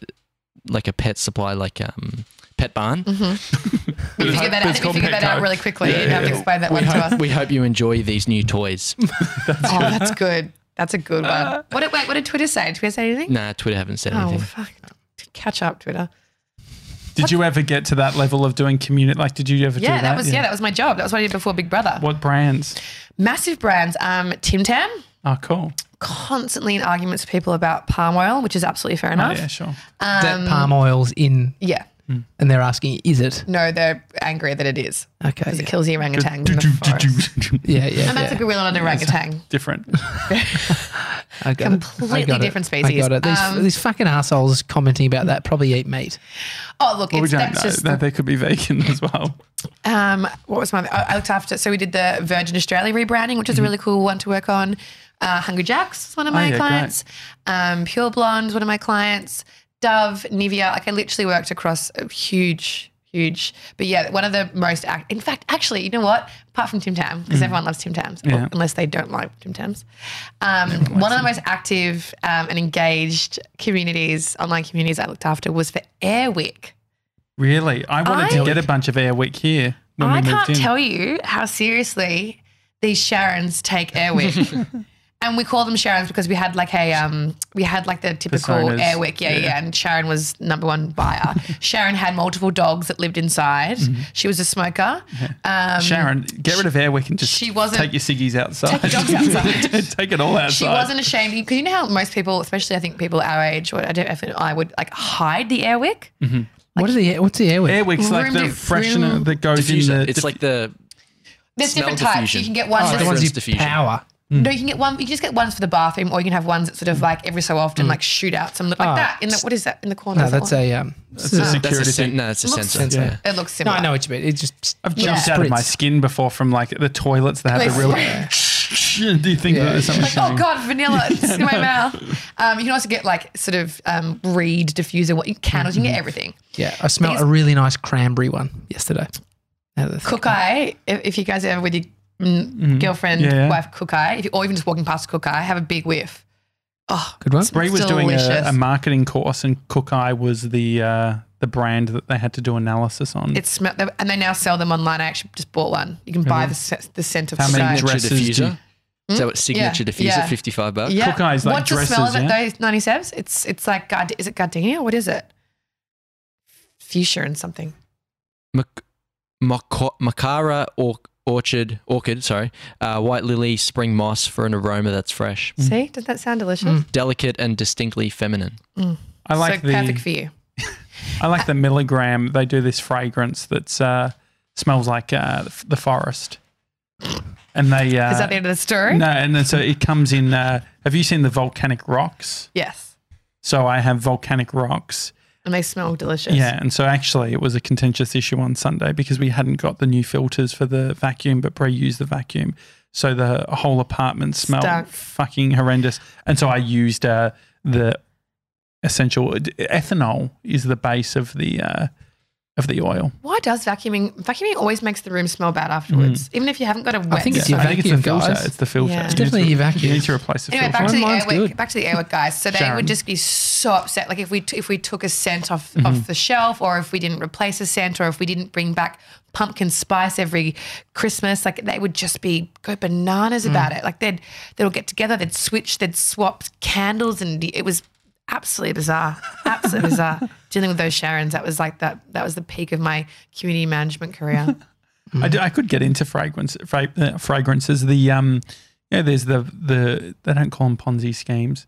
like a pet supply, like um pet barn. Mm-hmm. You It's figure hot- that but out. it's If you called figure that out Petco. really quickly, Yeah, you'd have yeah, to explain that We one to hope, us. we hope you enjoy these new toys. oh, that's good. That's a good one. What did, wait, what did Twitter say? Did Twitter say anything? nah, Twitter haven't said Oh, anything. fuck. Catch up, Twitter. Did you ever get to that level of doing community? Like, did you ever do Yeah, that? that was yeah. that was my job. That was what I did before Big Brother. What brands? Massive brands. Um, Tim Tam, Oh, cool. constantly in arguments with people about palm oil, which is absolutely fair Oh, enough. yeah, sure. Um, that palm oil's in yeah. and they're asking, is it? No, they're angry that it is Okay. because Yeah, it kills the orangutan. in the forest. yeah. yeah, And that's a gorilla and an orangutan. Different. I got it. I completely got it. different species. I got it. These, Um, these fucking assholes commenting about that probably eat meat. Oh, look, Well, we it's, don't that's know. just That they could be vegan as well. Um, what was my? I I looked after. So we did the Virgin Australia rebranding, which is a really cool one to work on. Uh, Hungry Jack's is one of my Oh, yeah, great. clients. Um, Pure Blonde, is one of my clients. Dove, Nivea. Like I literally worked across a huge, huge huge. But yeah, one of the most, act- in fact, actually, you know what? Apart from Tim Tam, because everyone loves Tim Tams, or- Mm. Yeah. unless they don't like Tim Tams. Um, one of the most active um, and engaged communities, online communities I looked after was for Airwick. Really? I wanted to I- get a bunch of Air Week here when I we moved can't in. tell you how seriously these Sharons take Airwick. and we call them Sharons because we had like a um we had like the typical Personas. Airwick, yeah, yeah, Yeah. And Sharon was number one buyer. Sharon had multiple dogs that lived inside. Mm-hmm. She was a smoker. Um, Sharon, get rid of Air Week and just she wasn't- take your ciggies outside. Take your dogs outside. take it all outside. She wasn't ashamed because you know how most people, especially I think people our age, or I don't, if I would like hide the Airwick. Mm. what is the what's the airway? Air Week's like Room the to- freshener room- that goes in Diffuser. the. It's like the There's Smell different types. diffusion. You can get one. Oh, that's the ones you Fragrance diffusion. power. No, you can get one. You can just get ones for the bathroom, or you can have ones that sort of like every so often, like shoot out some look like Hmm. Ah. that. In the what is that in the corner? No, Is that that's one? a um. It's a that's security a sen- thing. no, it's a Looks- sensor. Sensor. yeah. It looks No, similar. I know what you mean. It just I've jumped Yeah. out of my Spritz. skin before from like the toilets that have the Like real. Do you think that Yeah. there's something? Like, oh god, vanilla it's in my mouth. Um, you can also get like sort of um, reed diffuser, what you candles, you can Hmm. get everything. yeah. I smelled These- a really nice cranberry one yesterday. Now that I think Cook about eye, if, if you guys are ever with your mm, Hmm. girlfriend, Yeah, yeah. wife, cook eye, if you, or even just walking past cook eye, have a big whiff. Oh, it. good one. Bree was doing a, delicious. a marketing course, and Cook Eye was the uh, the brand that they had to do analysis on. It's smell, and they now sell them online. I actually just bought one. You can buy the se- the scent of How cook many eye. dra- Signature Dresses do- diffuser. So it's signature Hmm? Yeah. diffuser, Yeah. 55 bucks. Yeah. Cook Eye's like What's the smell of dresses, it yeah? though? Ninety sevens. It's it's like gard- is it gardenia? What is it? Fuchsia and something. Mac- Maca- Macara or orchard, orchid, sorry, uh, white lily, spring moss for an aroma that's fresh, Mm. See, does that sound delicious? delicate and distinctly feminine. I like so the perfect for you. I like the milligram. They do this fragrance that's uh, smells like uh, the f- the forest, and they uh, Is that the end of the story? no, and then so it comes in. Uh, have you seen the volcanic rocks? Yes, So I have volcanic rocks. and they smell delicious. Yeah, and so actually it was a contentious issue on Sunday because we hadn't got the new filters for the vacuum, but Bree used the vacuum, so the whole apartment smelled Stunk. fucking horrendous. And so I used uh, the essential ethanol is the base of the uh, of the oil. Why does vacuuming vacuuming always makes the room smell bad Mm. afterwards, even if you haven't got a wet. think it's your spot. I think it's the vacuum, filter. guys. It's the filter. Yeah. It's You need definitely to- your vacuum. You need to replace the Anyway, filter. back to the Mine's airwick. good. Back to the airwick guys. So they Sharon. would just be so upset. Like if we t- if we took a scent off Mm-hmm. off the shelf, or if we didn't replace a scent, or if we didn't bring back pumpkin spice every Christmas, like they would just be go bananas Mm. about it. Like they'd they'll get together, they'd switch, they'd swap candles, and it was absolutely bizarre, absolutely bizarre. Dealing with those Sharons, that was like that. That was the peak of my community management career. I, do- I could get into fragrance fra- uh, fragrances. The um, yeah, there's the the they don't call them Ponzi schemes,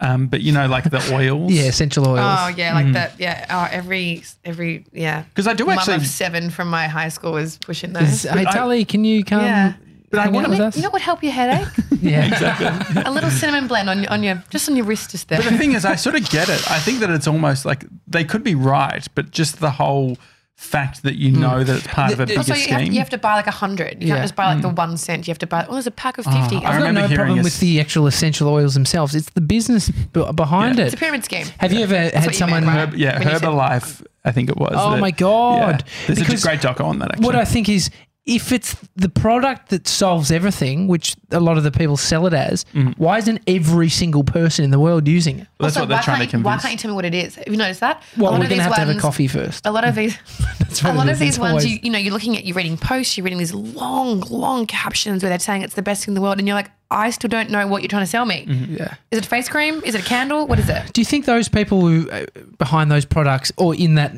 um, but you know like the oils. Yeah, essential oils. oh yeah, mm. like that. Yeah, oh, every every yeah. because I do Mum actually. of seven from my high school was pushing Is- um, those. hey, I- Tully, can you come? Yeah. But I hang out wanna with make- us? You know what would help your headache? yeah, a little cinnamon blend on your, on your just on your wrist just there. But the thing is, I sort of get it. I think that it's almost like they could be right, but just the whole fact that you know that it's part of a bigger Hmm. Also, you scheme. have, you have to buy like a hundred. You Yeah. can't just buy like the one cent. You have to buy. Oh, there's a pack of fifty. I I've got remember no hearing problem a with s- the actual essential oils themselves. It's the business b- behind Yeah. it. it's a pyramid scheme. Have you ever what had you someone? meant, right? Herb- yeah, When you said- Herbalife. I think it was. Oh that- my God. Yeah. There's Because a great doco on that. Actually. What I think is, if it's the product that solves everything, which a lot of the people sell it as, Mm. why isn't every single person in the world using it? That's also, what they're why trying to can't you- Why convince. can't you tell me what it is? Have you noticed that? Well, lot we're going to of these have to have a ones- coffee first. A lot of these, a what it lot is. of It's these ones, always- you, you know, you're looking at, you're reading posts, you're reading these long, long captions where they're saying it's the best thing in the world, and you're like, I still don't know what you're trying to sell me. Yeah. Is it face cream? Is it a candle? What is it? Do you think those people who uh, behind those products or in that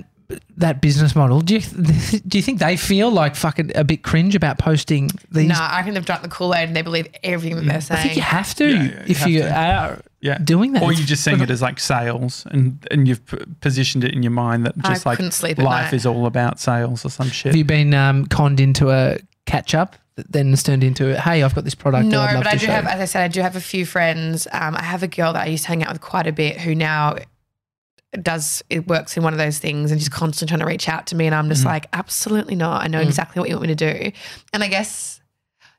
that business model, do you do you think they feel like fucking a bit cringe about posting these? No, I think they've drunk the Kool Aid and they believe everything that they're saying. I think you have to Yeah, yeah, you if have you uh, to. are yeah. doing that. Or It's- you're just seeing it as like sales, and and you've p- positioned it in your mind that I just like couldn't sleep at life night. is all about sales or some Have shit. you been um, conned into a catch up that then has turned into a, hey, I've got this product. that No, I'd love but I to do show have, you." as I said, I do have a few friends. Um, I have a girl that I used to hang out with quite a bit who now does it works in one of those things and just constantly trying to reach out to me, and I'm Mm-hmm. just like, absolutely not. Mm. I know exactly what you want me to do, and I guess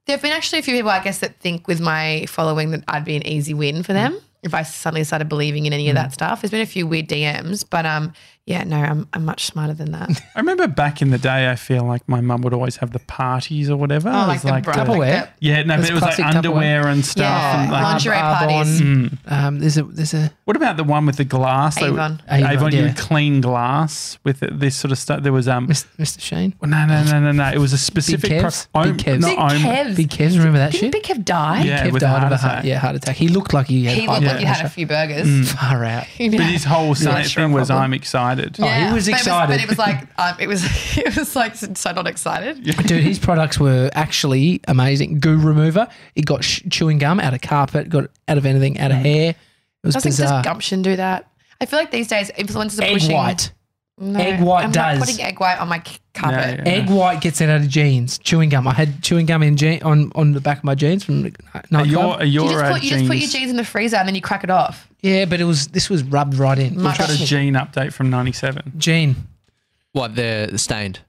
there have been actually a few people I guess that think with my following that I'd be Mm. an easy win for them if I suddenly started believing in any of that stuff. There's been a few weird DMs, but um, yeah, no, I'm, I'm much smarter than that. I remember back in the day, I feel like my mum would always have the parties or whatever. Oh, It like was the bra- Tupperware? like the- Yeah, no, It was but it was like classic underwear and stuff. Yeah, and like, Mm. Arb- lingerie parties. Arbonne. Um, there's a there's a what about the one with the glass? They would- Avon. Avon, Avon, you yeah. would clean glass with it- this sort of stuff. There was um, Mis- Mr. Shane. Well, No, no, no, no, no. It was a specific Big pro- Kevs? own- Big Kevs? not Big own- Kev's. Big Kevs, remember that shit? Didn't Big Kev die? Yeah, Kev with a died heart of a heart, attack. yeah, heart attack. He looked like he had He high looked like blood you had a pressure. few burgers. far out. You know? But his whole Sunday thing was, problem. "I'm excited." Oh, he was But it excited. But it was, like um, it was it was like so not excited. Dude, his products were actually amazing. Goo remover. It got sh- chewing gum out of carpet, got out of anything, Mm. out of hair. It was I was like, bizarre. does gumption do that? I feel like these days influencers are Egg pushing white. No, Egg white I'm does. Not putting egg white on my c- No, carpet. yeah. Egg white gets it out of jeans. Chewing gum. I had chewing gum in je- on on the back of my jeans from the Are your, nightclub. are your You just, uh, put, you just put your jeans- jeans in the freezer and then you crack it off. Yeah, but it was this was rubbed right in. Much- got a gene update from '97. Jean. What, they're stained?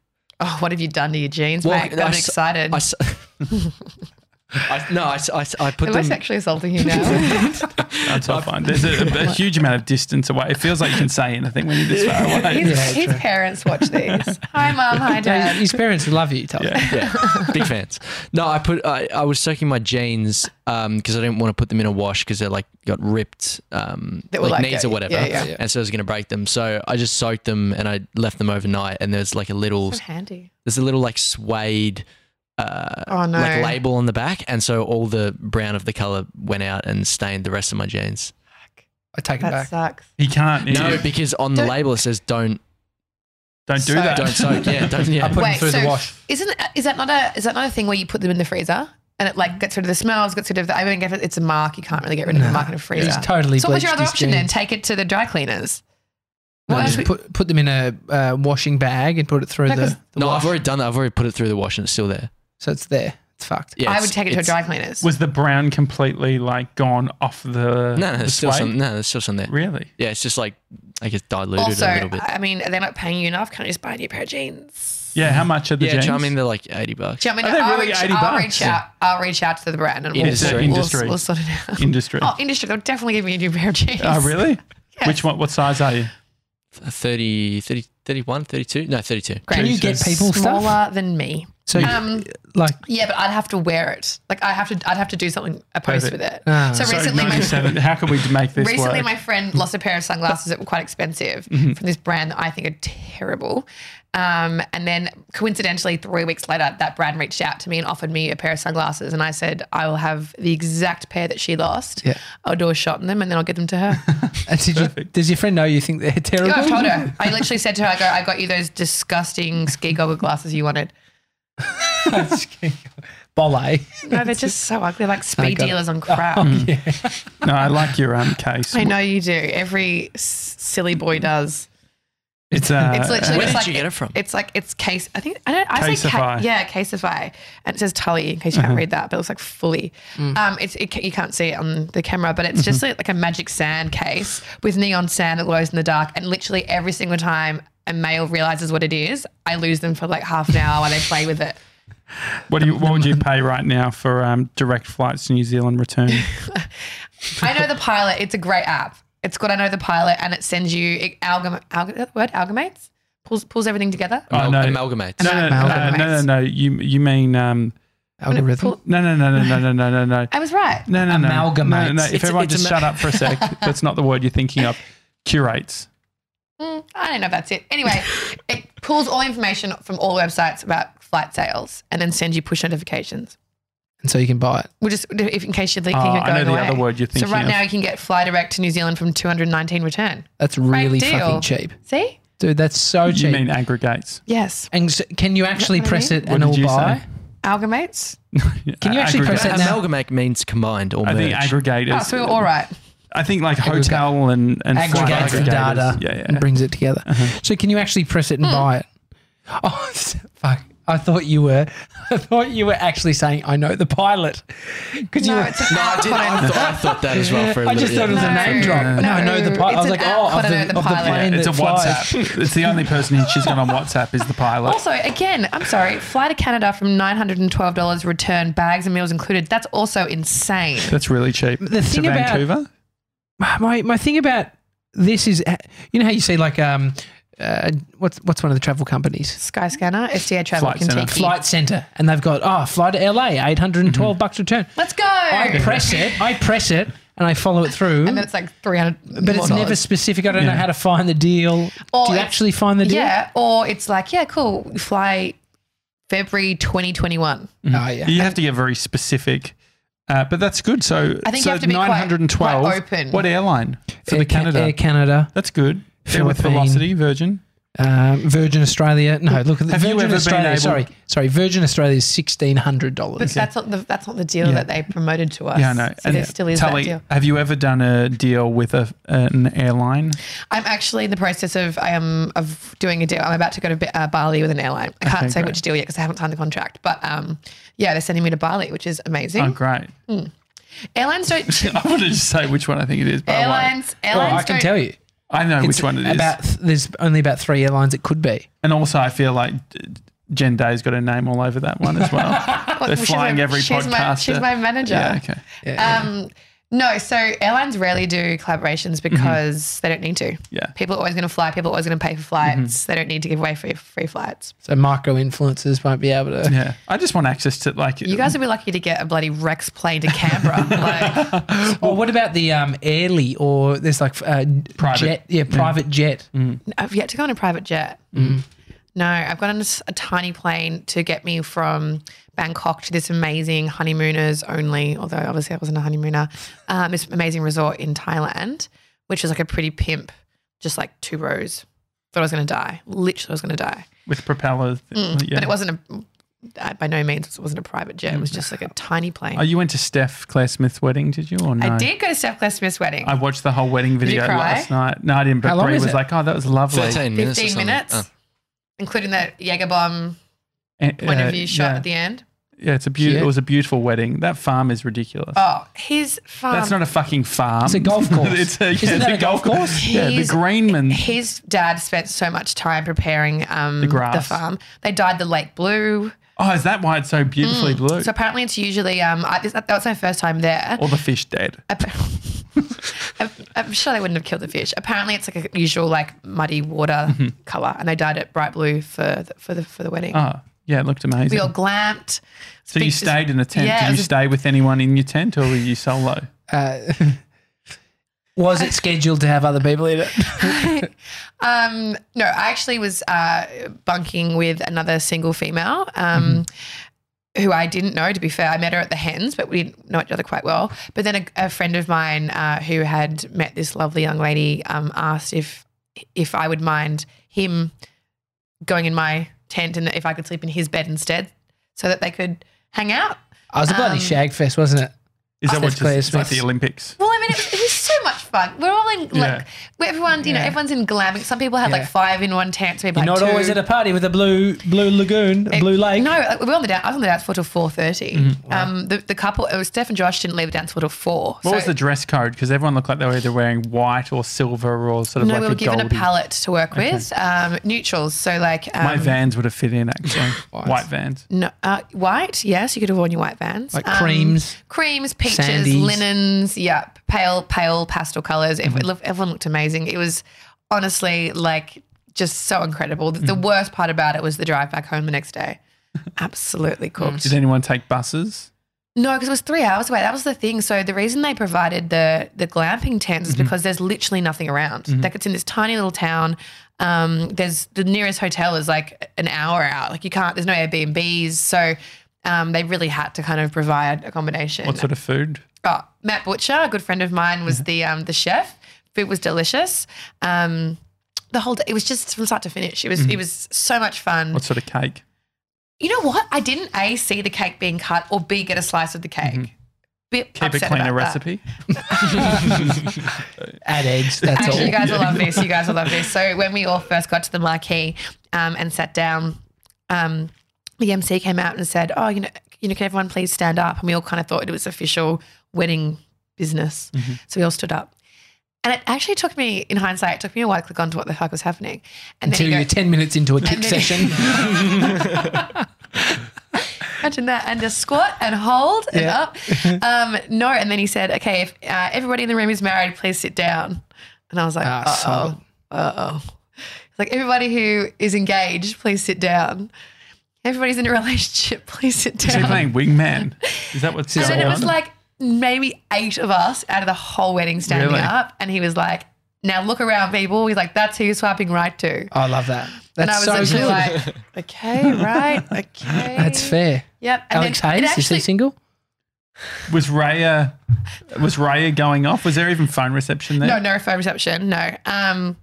Oh, what have you done to your jeans, Mac? I'm s- excited. I s- I- no, I, s- I s- I put Am I them. sexually assaulting you now? That's all fine. There's a, a- a huge amount of distance away. It feels like you can say anything when you're this far away. his, Yeah, his true. parents watch these. hi, mum. Hi, Yeah, dad. his parents love you. Tell Yeah. Yeah, big fans. No, I put I, I was soaking my jeans because I didn't want to put them in a wash because they like got ripped, um, They like, were like knees or that. whatever, Yeah, yeah, yeah. and so I was gonna break them. So I just soaked them and I left them overnight. And there's like a little, Handy. there's a little like suede uh, Oh no. like label on the back, and so all the brown of the color went out and stained the rest of my jeans. I take it that back. sucks. He can't. No, you- because on the Don't- label it says don't don't do So- that. don't soak. Yeah, don't. Yeah, I put them Wait, through the so- wash. Isn't is that not a is that not a thing where you put them in the freezer and it like gets rid of the smells, gets rid of the I mean if it's a mark, you can't really get rid of the Nah, mark in a freezer. He's totally so what's your bleached other his option then? jeans. Take it to the dry cleaners. No, What else just would- put put them in a uh, washing bag and put it through No, 'cause- the, the No, wash. I've already done that. I've already put it through the wash and it's still there. so it's there. It's fucked. Yeah, I it's- would take it to a it's- dry cleaners. Was the brown completely like gone off the? No, no, the there's still suede? some. No, there's still some there. Really? Yeah, it's just like I guess diluted also, uh, a little bit. I mean, they're not paying you enough. Can't you just buy a new pair of jeans? Yeah. How much are the yeah, jeans? I mean they're like eighty bucks. Do you know what I Are mean? they I'll, really reach, 80 I'll bucks? reach out. I'll reach out to the brand and we'll, Industry. we'll, Industry. we'll sort it out. Industry. Oh, Oh, industry. They'll definitely give me a new pair of jeans. Oh, really? Yes. Which one? What size are you? 30, 30, 31, 32? No, thirty-two. Can you Great. get Jesus. people Smaller stuff? than me. So you- Um, like Yeah, but I'd have to wear it. Like I have to, I'd have to do something a post Perfect. with it. Ah. so So recently, my 97. how can we make this recently work? my Mm. friend lost a pair of sunglasses that were quite expensive Mm-hmm. from this brand that I think are terrible. Um, and then coincidentally, three weeks later, that brand reached out to me and offered me a pair of sunglasses, and I said I will have the exact pair that she lost. Yeah. I'll do a shot in them, and then I'll give them to her. And did you, does your friend know you think they're terrible? Yeah, I've told her. I literally said to her, I go, I got you those disgusting ski goggle glasses you wanted. Bollet. No, they're just so ugly, like speed got it. Oh. dealers on crap. no, I like your um, case. I know you do. Every s- silly boy does. It's uh, It's literally Where just did like you get it from? It's like it's case. I think I don't. I say ca- Caseify. yeah, caseify, and it says Tully in case Uh-huh. you can't read that, but it looks like fully. Um, it's it, ca- you can't see it on the camera, but it's Mm-hmm. just like, like a magic sand case with neon sand that glows in the dark, and literally every single time a male realizes what it is, I lose them for like half an hour while they play with it. What do you? What would you pay right now for um, direct flights to New Zealand return? I know the pilot. It's a great app. It's good. I know the pilot, and it sends you it algam, alg- that word amalgamates pulls pulls everything together. Oh, Amal- no. Amalgamates. no, no, no, no, no, no. You you mean um, Algorithm. Pull- no, no, no, no, no, no, no, no, no, I was right. no, no, no, Amalgamates. No, no, no. If It's- everyone it's just ama- shut up for a sec, that's not the word you're thinking of. Curates. Mm, I don't know if that's it. Anyway, it pulls all information from all websites about flight sales and then sends you push notifications. And so you can buy it. We'll just, if, in case you're thinking Oh, of going I know the away. other word you're so thinking right of. now you can get Fly Direct to New Zealand from 219 return. That's really deal. fucking cheap. See? Dude, that's so cheap. you mean aggregates? Yes. and so can you actually What do you press mean? it What and did all you buy? say? Algamates? Can you actually press Aggregate. it now? Amalgamate means combined or I merge. think aggregate Oh, is. so we were all right. I think like hotel and and flight Aggregates the aggregators. data Yeah, Uh-huh. yeah. and brings it together. So can you actually press it Hmm. and buy it? Oh, fuck. I thought you were. I thought you were actually saying I know the pilot. Because you No, were, it's an No, I app. did. I thought, I thought that as well. For a I little- just thought it was yeah. a name drop. No, No, I know the no, pilot. I was it's like, an app oh, of called I the, know of the the pilot. plane Yeah, It's a that flies. WhatsApp. it's the only person she's got on WhatsApp is the pilot. Also, again, I'm sorry, fly to Canada from $912 return, bags and meals included. That's also insane. That's really cheap. The thing to about- Vancouver. eh, my my thing about this is uh, you know how you see like um uh, what's what's one of the travel companies? Skyscanner, SDA Travel, Flight Centre. Kentucky. Flight Center, and they've got oh, fly to LA, eight hundred and Mm-hmm. bucks return. Let's go. I press it, I press it, and I follow it through. and then it's like 300 but it's never specific. I don't know Yeah. how to find the deal. Or Do you it's- actually find the deal? Yeah, or it's like, yeah, cool. we Fly February Oh, 2021. yeah. You have to get very specific. Uh, but that's good. So I think so you have to be quite- 912. quite open. What airline for Air the Ca- Canada? Air Canada, that's good. Air with Philippine. Velocity, Virgin. um, Virgin Australia. No, look at the Have you Virgin ever been Australia. able- sorry, sorry. Virgin Australia is sixteen hundred But dollars. that's not the that's not the deal Yeah. that they promoted to us. Yeah, I know. So there still is Tully, that deal. have you ever done a deal with a, an airline? I'm actually in the process of I am of doing a deal. I'm about to go to Ba- uh, Bali with an airline. I can't Okay, say great. which deal yet because I haven't signed the contract. But um, yeah, they're sending me to Bali, which is amazing. Oh, great. Airlines don't. I wanted to just say which one I think it is, but I won't. airlines. Airlines. Well, I can don't- tell you, I know It's which one it is. About there's only about three airlines it could be. and also, I feel like Jen Day's got her name all over that one as well. Well, They're she's flying my- every she's My, podcaster. she's my manager. yeah, okay. Um, no, so airlines rarely do collaborations because they don't need to. Mm-hmm. Yeah. Mm-hmm. People are always going to fly. People are always going to pay for flights. They don't need to give away free free flights. So micro influencers won't be able to. Yeah. I just want access to, like, You guys would be lucky to get a bloody Rex plane to Canberra. like, Well, what about the um, Airly or there's like uh, Private. Mm. jet? Yeah, private jet. I've yet to go on a private jet. No, I've got on a, s- a tiny plane to get me from Bangkok to this amazing honeymooners only, although obviously I wasn't a honeymooner, um, this amazing resort in Thailand, which is like a pretty pimp, just like two rows. Thought I was going to die. Literally, I was going to die. with propellers. yeah. Mm, But it wasn't a, uh, by no means, it wasn't a private jet. It was just like a tiny plane. Oh, you went to Steph Claire Smith's wedding, did you? Or no? I did go to Steph Claire Smith's wedding. I watched the whole wedding you video cry? last night. No, I didn't. But How long Brie is was it? like, "Oh, that was lovely." 13 minutes. or 15 something. minutes, Oh. including that Jaeger bomb And, point uh, of view shot yeah. at the end. Yeah, it's a beautiful. Cute. It was a beautiful wedding. That farm is ridiculous. Oh, his farm. That's not a fucking farm. It's a golf course. it's a, yeah, Isn't it's that a golf course. Yeah, the He's- Greenman. his dad spent so much time preparing um, the, grass. farm. They dyed the lake blue. Oh, is that why it's so beautifully blue? Hmm. So apparently, it's usually um, I, this, that was my first time there. All the fish dead. I'm, I'm sure they wouldn't have killed the fish. Apparently, it's like a usual like muddy water color, and they dyed it bright blue for the, for the for the wedding. Mm-hmm. Oh, yeah, it looked amazing. we all glamped. so you big- stayed in a tent. Yeah, it Did was you a- stay with anyone in your tent, or were you solo? Oh, Uh, was it scheduled to have other people in it? Um, no, I actually was uh, bunking with another single female um, Mm-hmm. who I didn't know, to be fair. I met her at the Hens, but we didn't know each other quite well. But then a, a friend of mine uh, who had met this lovely young lady um, asked if if I would mind him going in my tent and if I could sleep in his bed instead so that they could hang out. I was a bloody Um, shag fest, wasn't it? Is that Steph what just, Claire it's like the Smith's- Olympics? Well, I mean, it was, it was so much fun. We're all in, like, Yeah. where everyone, you know, Yeah. everyone's in glamping. Some people had Yeah. like five in one tent, some people You're had not two. always at a party with a blue blue lagoon, a blue lake. No, like, we were on the dance. I was on the dance floor till four Mm-hmm. Um, the, the couple, it was Steph and Josh, didn't leave the dance floor till four. What was the dress code? Because everyone looked like they were either wearing white or silver or sort of no, like we were a given golden. a palette to work with, um, neutrals. So like um, My vans would have fit in actually. white. White. vans. no, uh, white, yes, you could have worn your white vans. Um, Like creams. creams, peaches, Sandies. linens. Yep, pale, pale pastel colors. Mm-hmm. Everyone looked amazing. It was honestly like just so incredible. The, the Mm. worst part about it was the drive back home the next day. Absolutely cooked. Did anyone take buses? No, because it was three hours away. That was the thing. So the reason they provided the the glamping tents is because there's literally nothing around. Like it's in this tiny little town. Um, there's the nearest hotel is like an hour out. Like you can't. There's no Airbnbs. So um, they really had to kind of provide accommodation. What sort of food? Oh, Matt Butcher, a good friend of mine, was the um, the chef. Food was delicious. Um, the whole day, it was just from start to finish. It was it was so much fun. What sort of cake? You know what? I didn't A, see the cake being cut or B, get a slice of the cake. Bit Mm-hmm. Keep it upset clean a about that. recipe. Add eggs. That's Actually, you all. guys will love this. You guys will love this. So when we all first got to the marquee um, and sat down, um, the MC came out and said, "Oh, you know, you know, can everyone please stand up?" And we all kind of thought it was official wedding business, Mm-hmm. so we all stood up. And it actually took me, in hindsight, it took me a while to click onto what the fuck was happening. And Until you you're go- ten minutes into a kick then you- session. Imagine that. And just squat and hold and Yeah. up. Um, no. And then he said, okay, if uh, everybody in the room is married, please sit down. And I was like, Ah, uh oh. Uh oh. Like everybody who is engaged, please sit down. Everybody's in a relationship, please sit Is he down. playing wingman? Is that what's And going then on? it was like maybe eight of us out of the whole wedding standing Really? up. And he was like, now look around, people. He's like, that's who you're swiping right to. I love that. and I That's was so literally good. like, okay, right, okay. That's fair. Yep. And Alex then it Hayes, is he actually- single? was Raya was Raya going off? Was there even phone reception there? No, no phone reception. No. Um,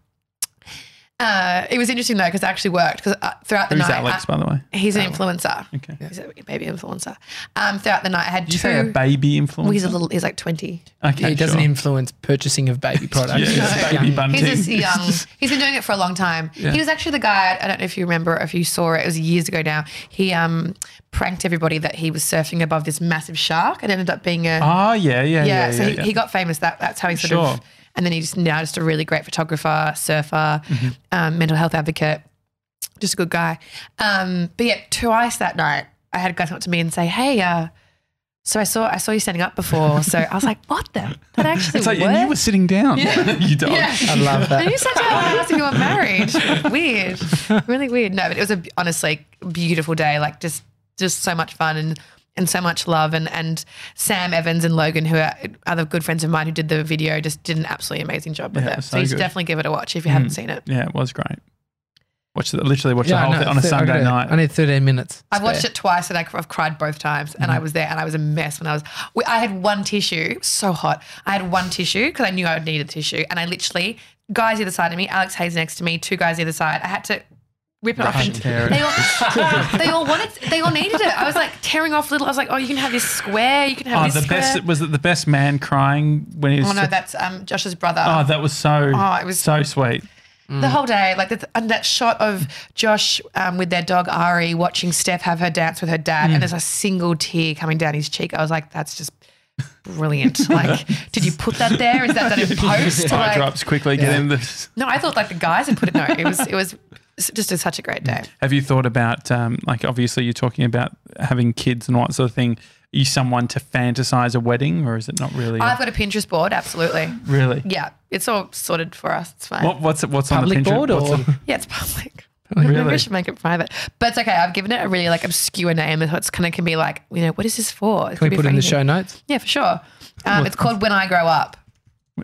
uh, it was interesting though because I actually worked because uh, throughout the Who's night, Alex, I- by the way? he's an influencer. Oh. Okay. He's a baby influencer. Um, throughout the night, I had Did two. you say a baby well, he's a influencer? little. He's like twenty. Okay, It doesn't sure. influence purchasing of baby products. Yeah, It's it's young. baby bunting. He's just young. He's been doing it for a long time. He was actually the guy. I don't know if you remember, or if you saw it. It was years ago now. He um pranked everybody that he was surfing above this massive shark and ended up being a Oh yeah, yeah, yeah. yeah, yeah, so he, yeah. he got famous. That that's how he sort Sure. of. And then he just now just a really great photographer, surfer, Mm-hmm. um, mental health advocate, just a good guy. Um, but yeah, twice that night, I had guys come up to me and say, "Hey, uh, so I saw I saw you standing up before." So I was like, "What the? That actually it's like worked." and you were sitting down. you dog. yeah. I love And that. you sat down and asked if you were married. Weird, really weird. No, but it was a honestly beautiful day. Like just just so much fun and and so much love. And and Sam Evans and Logan, who are other good friends of mine who did the video, just did an absolutely amazing job with Yeah, it it. was So, so you should good. definitely give it a watch if you haven't seen it. Yeah, it was great. Watch the, literally watch the I whole know. thing on a Thir- I Sunday gotta- night. I need 13 minutes. I've watched it twice and I, have cried both times. And Mm-hmm. I was there and I was a mess when I was. we- I had one tissue, it was so hot. I had one tissue because I knew I would need a tissue. And I literally, guys either side of me, Alex Hayes next to me, two guys either side, I had to rip it off. Russian and- terror. They all, they all wanted, they all needed it. I was like tearing off little, I was like, oh, you can have this square, you can have Oh, this the square. best was it the best man crying when he was. Oh no, that's um, Josh's brother. Oh, that was so. Oh, it was- so sweet. Mm. The whole day, like that, and that shot of Josh um, with their dog Ari watching Steph have her dance with her dad, Mm. and there's a single tear coming down his cheek. I was like, that's just brilliant. like, did you put that there? Is that done in post? Eye Like, drops quickly. Get in the. no, I thought like the guys had put it. No, it was it was s- just a, such a great Mm, day. Have you thought about um, like obviously you're talking about having kids and what sort of thing? Are you someone to fantasize a wedding, or is it not really? I've got a Pinterest board, absolutely. really. Yeah, it's all sorted for us. It's fine. What, what's what's Public on the Pinterest? board what's or? the- Yeah, it's public. Really? Maybe I should make it private, but it's okay. I've given it a really like obscure name, and so it's kind of can be like, you know, what is this for? It Can could be we put for it in the anything. show notes? Yeah, for sure. Um, it's called When I Grow Up.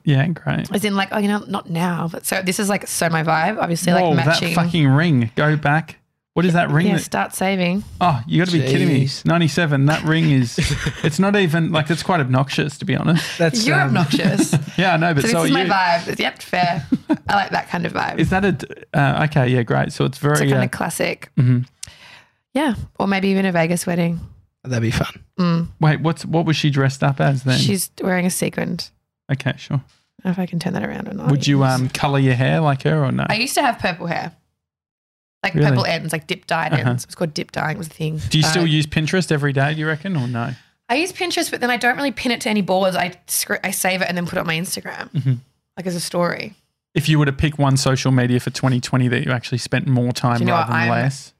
yeah, great. As in, like, oh, you know, not now, but so this is like so my vibe. Obviously, Whoa, like that matching. fucking ring! Go back. What is that ring? yeah, that- start saving. Oh, you got to be kidding me! Jeez. Ninety-seven. That ring is. It's not even like it's quite obnoxious to be honest. That's You're um, obnoxious. so Yeah, I know, but so, this are is my you. vibe. Yep, fair. I like that kind of vibe. Is that a uh, okay? Yeah, great. So it's it's a very kind uh, of classic. Yeah, or maybe even a Vegas wedding. Mm. That'd be fun. wait. What's what was she dressed up as then? She's wearing a sequin. okay, sure. I don't know if I can turn that around or not. Would you um color your hair like her or no? I used to have purple hair, like Really? purple ends, like dip dyed Uh-huh. ends. It was called dip dyeing. Was a thing. Do you still But- use Pinterest every day? Do you reckon or no? I use Pinterest, but then I don't really pin it to any boards. I scr- I save it and then put it on my Instagram, Mm-hmm. like as a story. If you were to pick one social media for 2020 that you actually spent more time you know rather what? than I'm- less,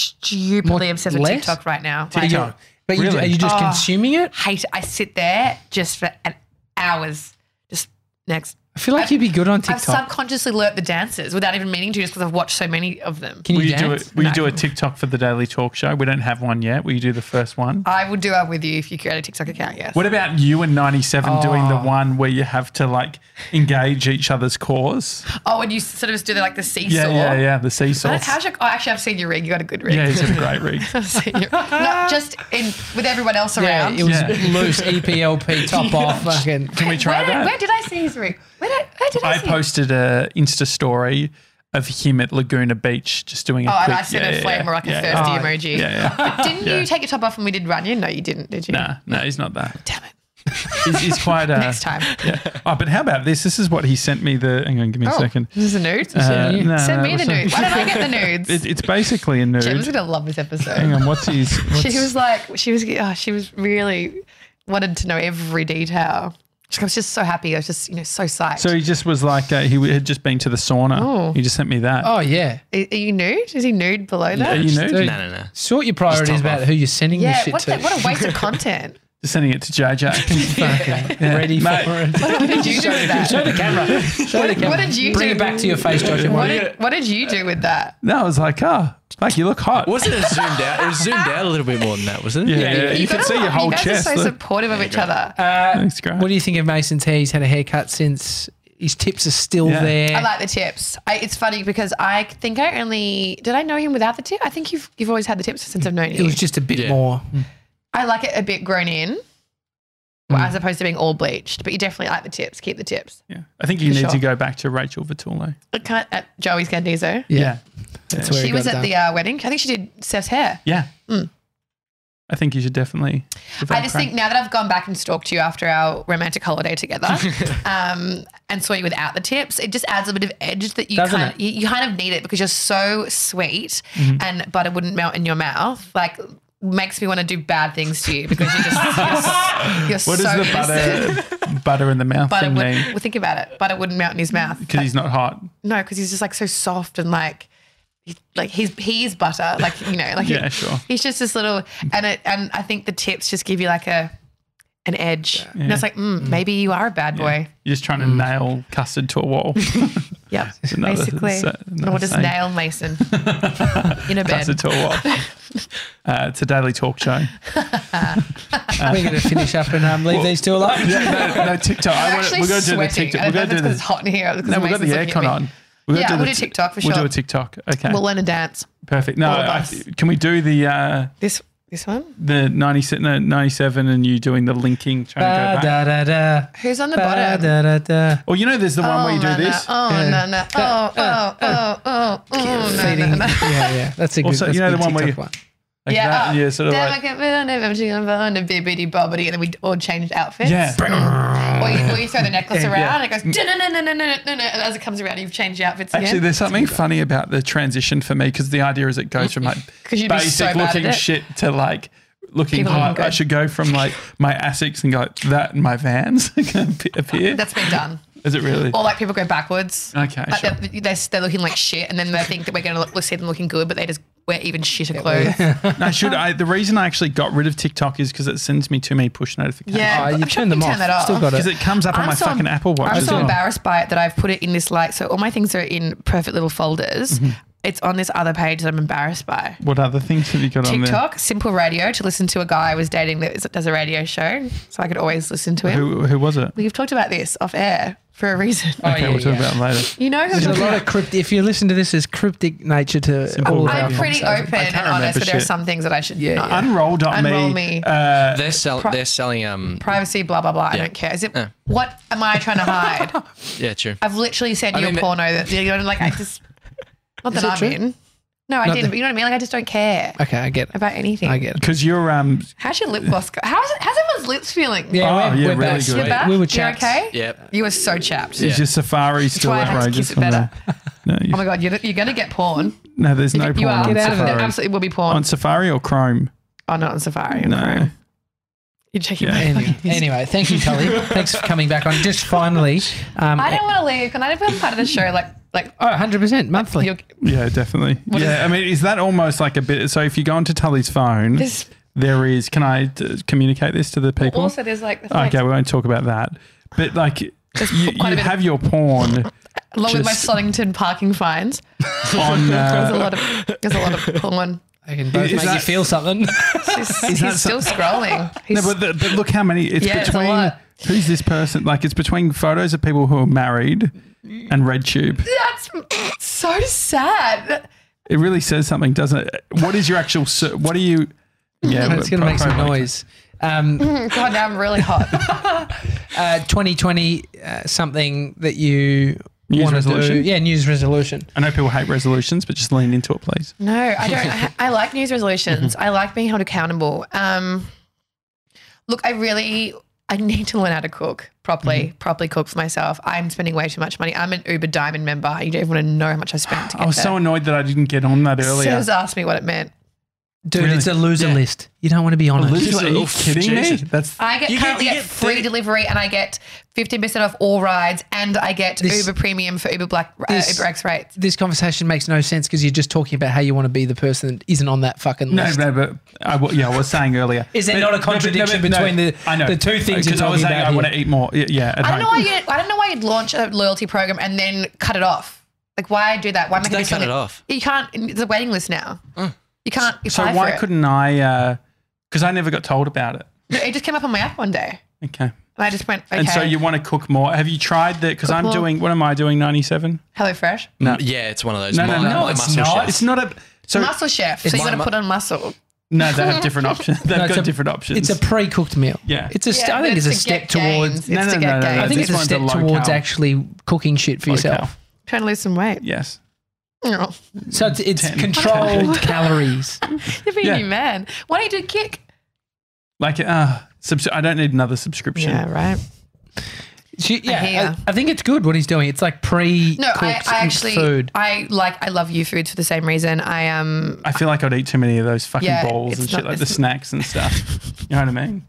Stupidly More- obsessed with less? TikTok right now. Like, TikTok. But you, Really? are you just Oh. consuming it? hate. I sit there just for an hours. Just next. I feel like you'd be good on TikTok. I've subconsciously learnt the dances without even meaning to, just because I've watched so many of them. Can will you, you do dance? it? Will you No. do a TikTok for the Daily Talk Show? We don't have one yet. Will you do the first one? I would do that with you if you create a TikTok account. Yes. What about you and 97 doing Oh. the one where you have to like engage each other's cause? Oh, and you sort of do the, like the seesaw. Yeah, yeah, yeah. The seesaw. I don't- How's your, oh, actually, I've seen your rig. You got a good rig. Yeah, it's a great rig. I've seen your, not just in with everyone else around. it was Yeah. loose E EPLP top off. Fucking. Can we try where, that? Did, where did I see his rig? Where did, where did I, I see posted a Insta story of him at Laguna Beach just doing a Oh, and quick, I sent yeah, a yeah, flame yeah, or like a yeah, yeah. thirsty Oh, emoji. Yeah, yeah. But didn't Yeah. you take your top off when we did Runyon? No, you didn't, did you? Nah, no, he's not that. Damn it. He's, he's quite. Uh, Next time. Yeah. Oh, but how about this? This is what he sent me. The hang on, give me a Oh, second. this is a nude. Uh, no, Send me no, the so- nudes. Why don't I get the nudes? It, it's basically a Jim's nude. gonna love this Hang episode. on, what's his? What's, She was like, she was, oh, she was really wanted to know every detail. She was just so happy. I was just, you know, so psyched. so he just was like uh, he had just been to the sauna. Oh. He just sent me that. Oh yeah. are, are you nude? Is he nude below Are that? you nude? Dude, No, no, no. Sort your priorities Just top about off. who you're sending this yeah. shit What, to. the, what a waste of content. Just sending it to JJ. Fucking ready Mate. for it. What did you do with that? Show the camera. Show the What- camera. what did you Bring do? it back to your face, Josh. What did, what did you do with that? no, I was like, oh, fuck, you look hot. Wasn't it zoomed out? It was zoomed out a little bit more than that, wasn't it? Yeah, yeah, you, You've can got a see lot- your whole you guys chest. Uh, are so look. supportive of each other. Thanks, great. What do you think of Mason T? He's had a haircut since his tips are still Yeah. there. I like the tips. I, it's funny because I think I only did I know him without the tip. I think you've you've always had the tips since I've known it you. was just a bit Yeah. more. Mm. I like it a bit grown in, well, Hmm. as opposed to being all bleached. But you definitely like the tips. Keep the tips. Yeah. I think you For need to sure. go back to Rachel Vitullo. Look at at Joey Scandizo. Yeah, that's where She he got uh, was it at done. the uh, wedding. I think she did Seth's hair. Yeah. Mm. I think you should definitely. give I that just a think now that I've gone back and stalked you after our romantic holiday together, um, and saw you without the tips, it just adds a bit of edge that you Doesn't kind it? you, you kind of need it because you're so sweet Mm-hmm. and butter wouldn't melt in your mouth. Like makes me want to do bad things to you because you're just you're, s- you're What so does the innocent. butter butter in the mouth Butter thing would, mean? well, think about it. Butter wouldn't melt in his mouth. Because he's not hot. No, because he's just like so soft and like, he- like he's he's butter. Like you know, like he- Yeah, sure. He's just this little, and it, and I think the tips just give you like a, an edge. And it's like, mm, maybe you are a bad boy. You're just trying to nail custard to a wall. Yep. another- Basically, it's a- another or just saying. nail Mason in a bed. custard to a wall. Uh, it's a daily talk show. We're going to finish up and um, leave these two alone. Yeah, no, no TikTok. I'm I want, actually we're going to do the sweating. TikTok. I We're don't know going if to do it's because it's the. hot in here. No, we've got the aircon on. We're gonna Yeah, we'll the do t- TikTok for We'll sure. do a TikTok. Okay. We'll learn a dance. Perfect. No, all of I, us. can we do the uh, This this one. the 97, no, 97 and you doing the linking trying Uh, to Ba, go back? da, da, da. Who's on the Ba, bottom? da, da, da. Or you know, there's the one where you no, do no. this. Oh Yeah. no no! Oh oh oh oh oh no Feeding. no no! Yeah, yeah. That's a good, Also, that's you know a good the one where TikTok you- one. Like that, oh, and you're sort of like, Delicate bit, never too gonna find a bibbidi bobbidi, and then we all changed outfits. yeah. Or you, or you throw the necklace Yeah, around, yeah. and it goes, no, no, no, no, no, no, no, and as it comes around, you've changed your outfits Actually, again. there's something funny about the transition for me because the idea is it goes from like 'Cause you'd be so basic bad at looking it. shit to like looking People looking hot. I good. should go from like my Asics and go like that and my Vans appear. That's been done. Is it really? Or like people go backwards. Okay, Like sure. they're, they're, they're looking like shit, and then they think that we're gonna look, we'll see them looking good, but they just wear even shitter clothes. Yeah, No, should I? The reason I actually got rid of TikTok is because it sends me too many push notifications. Oh, but you I'm sure turned can them off. Turn that off. Still got Because it. it comes up on my fucking Apple Watch. I'm as so well. embarrassed by it that I've put it in this like so all my things are in perfect little folders. It's on this other page that I'm embarrassed by. What other things have you got on TikTok, simple radio to listen to a guy I was dating that is- does a radio show, so I could always listen to there? him. Who, who was it? We've talked about this off air for a reason. okay, we'll talk about it later. You know, who I'm There's a talking lot about. of cryptic. If you listen to this, there's cryptic nature to Simple all of radio. our I'm pretty conversations. open and remember honest, but there are shit. some things that I should Yeah, not. yeah. Unroll.me. Unroll me. Uh, They're selling. Pro- they're selling. Um. Privacy, blah blah blah. I Yeah. don't care. Is it Yeah. what am I trying to hide? Yeah. True. I've literally sent you mean, a the- porno that you know, like I just not that it I'm true? in. No, I didn't. that- but you know what I mean. Like I just don't care Okay, I get it. about anything. I get it. because you're um, How's your lip gloss? Go? How's how's everyone's lips feeling? Yeah, Oh, we're, yeah, we're really back. good. You're back? We were You're chaps. okay. Yep. You were so chapped. is your Safari still why I had to outrageous? kiss it on better. the- No, you- Oh my god, you're, you're gonna get porn. no, there's no you porn are. on Get out of it. Safari. Absolutely, will be porn. On Safari or Chrome? oh, not on Safari. No. No. You're checking Yeah. my. Anyway, anyway, thank you, Tully. Thanks for coming back on. Just finally, um, I don't want to leave. Can I become part of the show? Like, like oh, 100% monthly. you're, Yeah, definitely. yeah, I mean, is that almost like a bit? So if you go onto Tully's phone, This- there is. Can I uh, communicate this to the people? also there's like okay, we won't talk about that. But like, you, quite a you bit of- have your porn along with my just- Soddington parking fines. on. There's a Uh, lot of there's a lot of porn. I can both Is make you that- feel something. He's, he's still scrolling. no, He's, but, the, but look how many. It's Yeah, it's a between. lot. who's this person? Like, it's between photos of people who are married and RedTube. that's so sad. It really says something, doesn't it? What is your actual? ser- What are you? Yeah, it's going to make some probably- noise. Um, God, now I'm really hot. uh, 2020 uh, something that you News want to do. resolution? Yeah, news resolution. I know people hate resolutions, but just lean into it, please. No, I don't. I, I like news resolutions. Mm-hmm. I like being held accountable. Um, look, I really I need to learn how to cook properly. Mm-hmm. Properly cook for myself. I'm spending way too much money. I'm an Uber Diamond member. You don't even want to know how much I spent. To get I was there. so annoyed that I didn't get on that earlier. Sez asked me what it meant. Dude, Really? it's a loser Yeah. list. You don't want to be on it. Literally, are you Oof, kidding Jesus. me? That's I get You get- currently you get, get free thirty- delivery and I get 15% off all rides and I get This- Uber Premium for Uber Black uh, this- Uber X rates. This conversation makes no sense because you're just talking about how you want to be the person that isn't on that fucking No, list. no, but I, wa- yeah, I was saying earlier. Is there But- not a no, but- no, contradiction but- no, between the- I know. the two things you're Because I was talking saying about I here? want to eat more. y- Yeah, at I don't know home. why you I don't know why you'd launch a loyalty program and then cut it off. Like why do that? Why make they it be cut it something- off? You can't it's a waiting list now. You can't So apply why for couldn't I? Because I never got told about it. it. No, It just came up on my app one day. Okay. And I just went, okay. And so you want to cook more? Have you tried that? Because Cook I'm more. doing. What am I doing? Ninety-seven. Hello Fresh. No. Yeah, it's one of those. No, no, mi- no, mi- it's muscle not. shots. It's not a. So Muscle chef. So It's you gotta my- put on muscle. no, they have different options. They've No, it's got a- different options. It's a pre-cooked meal. Yeah. It's a. st- I but think it's a to step get towards. gains. It's No, to no, get no, no, I no. gains. think This it's a one's a step low towards carb. actually cooking shit for Low yourself. Trying to lose some weight. Yes. Oh, So it's, it's Ten. controlled calories. You're being Yeah. a new man. Why don't you do kick? Like uh, subs- I don't need another subscription. Yeah, right. She- yeah, I, hear. I think it's good what he's doing. It's like pre-cooked No, I, I actually food. I like I love you foods for the same reason. I um I feel like I'd eat too many of those fucking Yeah, bowls it's and shit, not- like the it's- snacks and stuff. you know what I mean?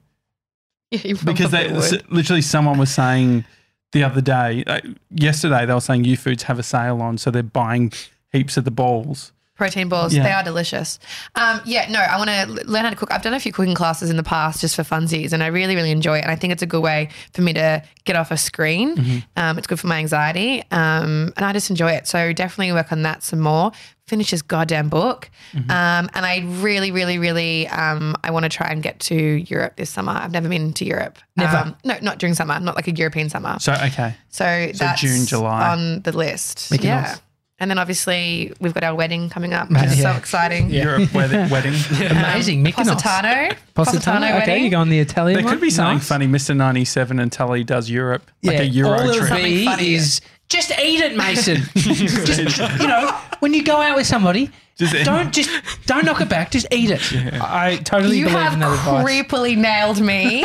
you probably Because they would. s- literally someone was saying the other day, uh, yesterday they were saying U Foods have a sale on, so they're buying heaps of the bowls. protein balls Yeah. they are delicious. Um, yeah, no, I want to learn how to cook. I've done a few cooking classes in the past just for funsies, and I really really enjoy it. And I think it's a good way for me to get off a screen. Mm-hmm. Um, it's good for my anxiety, um, and I just enjoy it. So definitely work on that some more. Finish this goddamn book, Mm-hmm. um, and I really really really um, I want to try and get to Europe this summer. I've never been to Europe. Never. Um, no, not during summer. Not like a European summer. So okay, So, that's June, July. on the list. Mickey yeah. Mouse. And then obviously we've got our wedding coming up, which is Yeah. so exciting. Europe wedding. wedding. Amazing, Mykonos. um, Positano. Positano. Okay, you go on the Italian. There one? could be something Nice. funny. Mister Ninety Seven and Tully does Europe, like a Euro all it'll trip. be Something funny. is just eat it, Mason. you know, when you go out with somebody, Just eat- don't just don't knock it back. Just eat it. I totally You believe have in that advice. creepily nailed me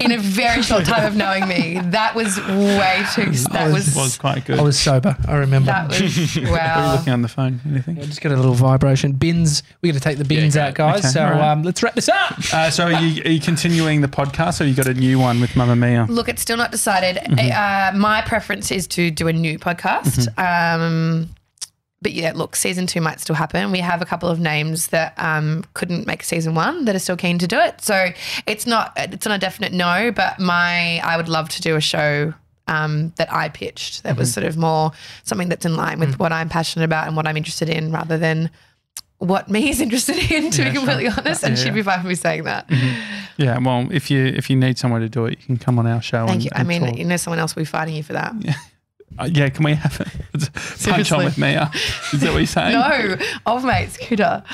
in a very short time of knowing me. That was way too. That was. was quite good. I was sober. I remember. that was. Are you Wow. looking on the phone? Anything? I just got a little vibration. Bins. We're going to take the bins Yeah, out, guys. Okay, so all right. um, let's wrap this up. Uh, so are you, are you continuing the podcast, or you got a new one with Mamma Mia? Look, it's still not decided. Mm-hmm. Uh, my preference is to do a new podcast. Mm-hmm. Um, but yeah, look, season two might still happen. We have a couple of names that um, couldn't make season one that are still keen to do it. So it's not it's not a definite no. But my I would love to do a show. Um, that I pitched that Mm-hmm. was sort of more something that's in line Mm. with what I'm passionate about and what I'm interested in rather than what me is interested in, to Yeah, be sure. completely honest. Yeah, Mm-hmm. And she'd yeah. be fine for me saying that. Yeah. Well, if you if you need somewhere to do it, you can come on our show. Thank and, you. I and mean, talk. you know, someone else will be fighting you for that. Uh, yeah, can we have a punch on Seriously. with Mia? Is that what you're saying? No, Oh, old mate's Cuda.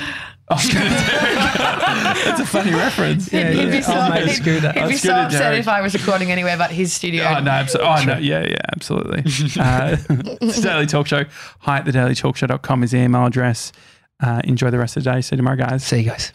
That's a funny reference. Yeah, he'd be yeah. so, Old mate he'd- Scooter. he'd Oh, be so Scooter upset Derry. if I was recording anywhere but his studio. Oh no, absolutely. Oh no, yeah, yeah, absolutely. Uh, it's the Daily Talk Show. Hi at the Daily Talk Show.com is the email address. Uh, enjoy the rest of the day. See you tomorrow, guys. See you guys.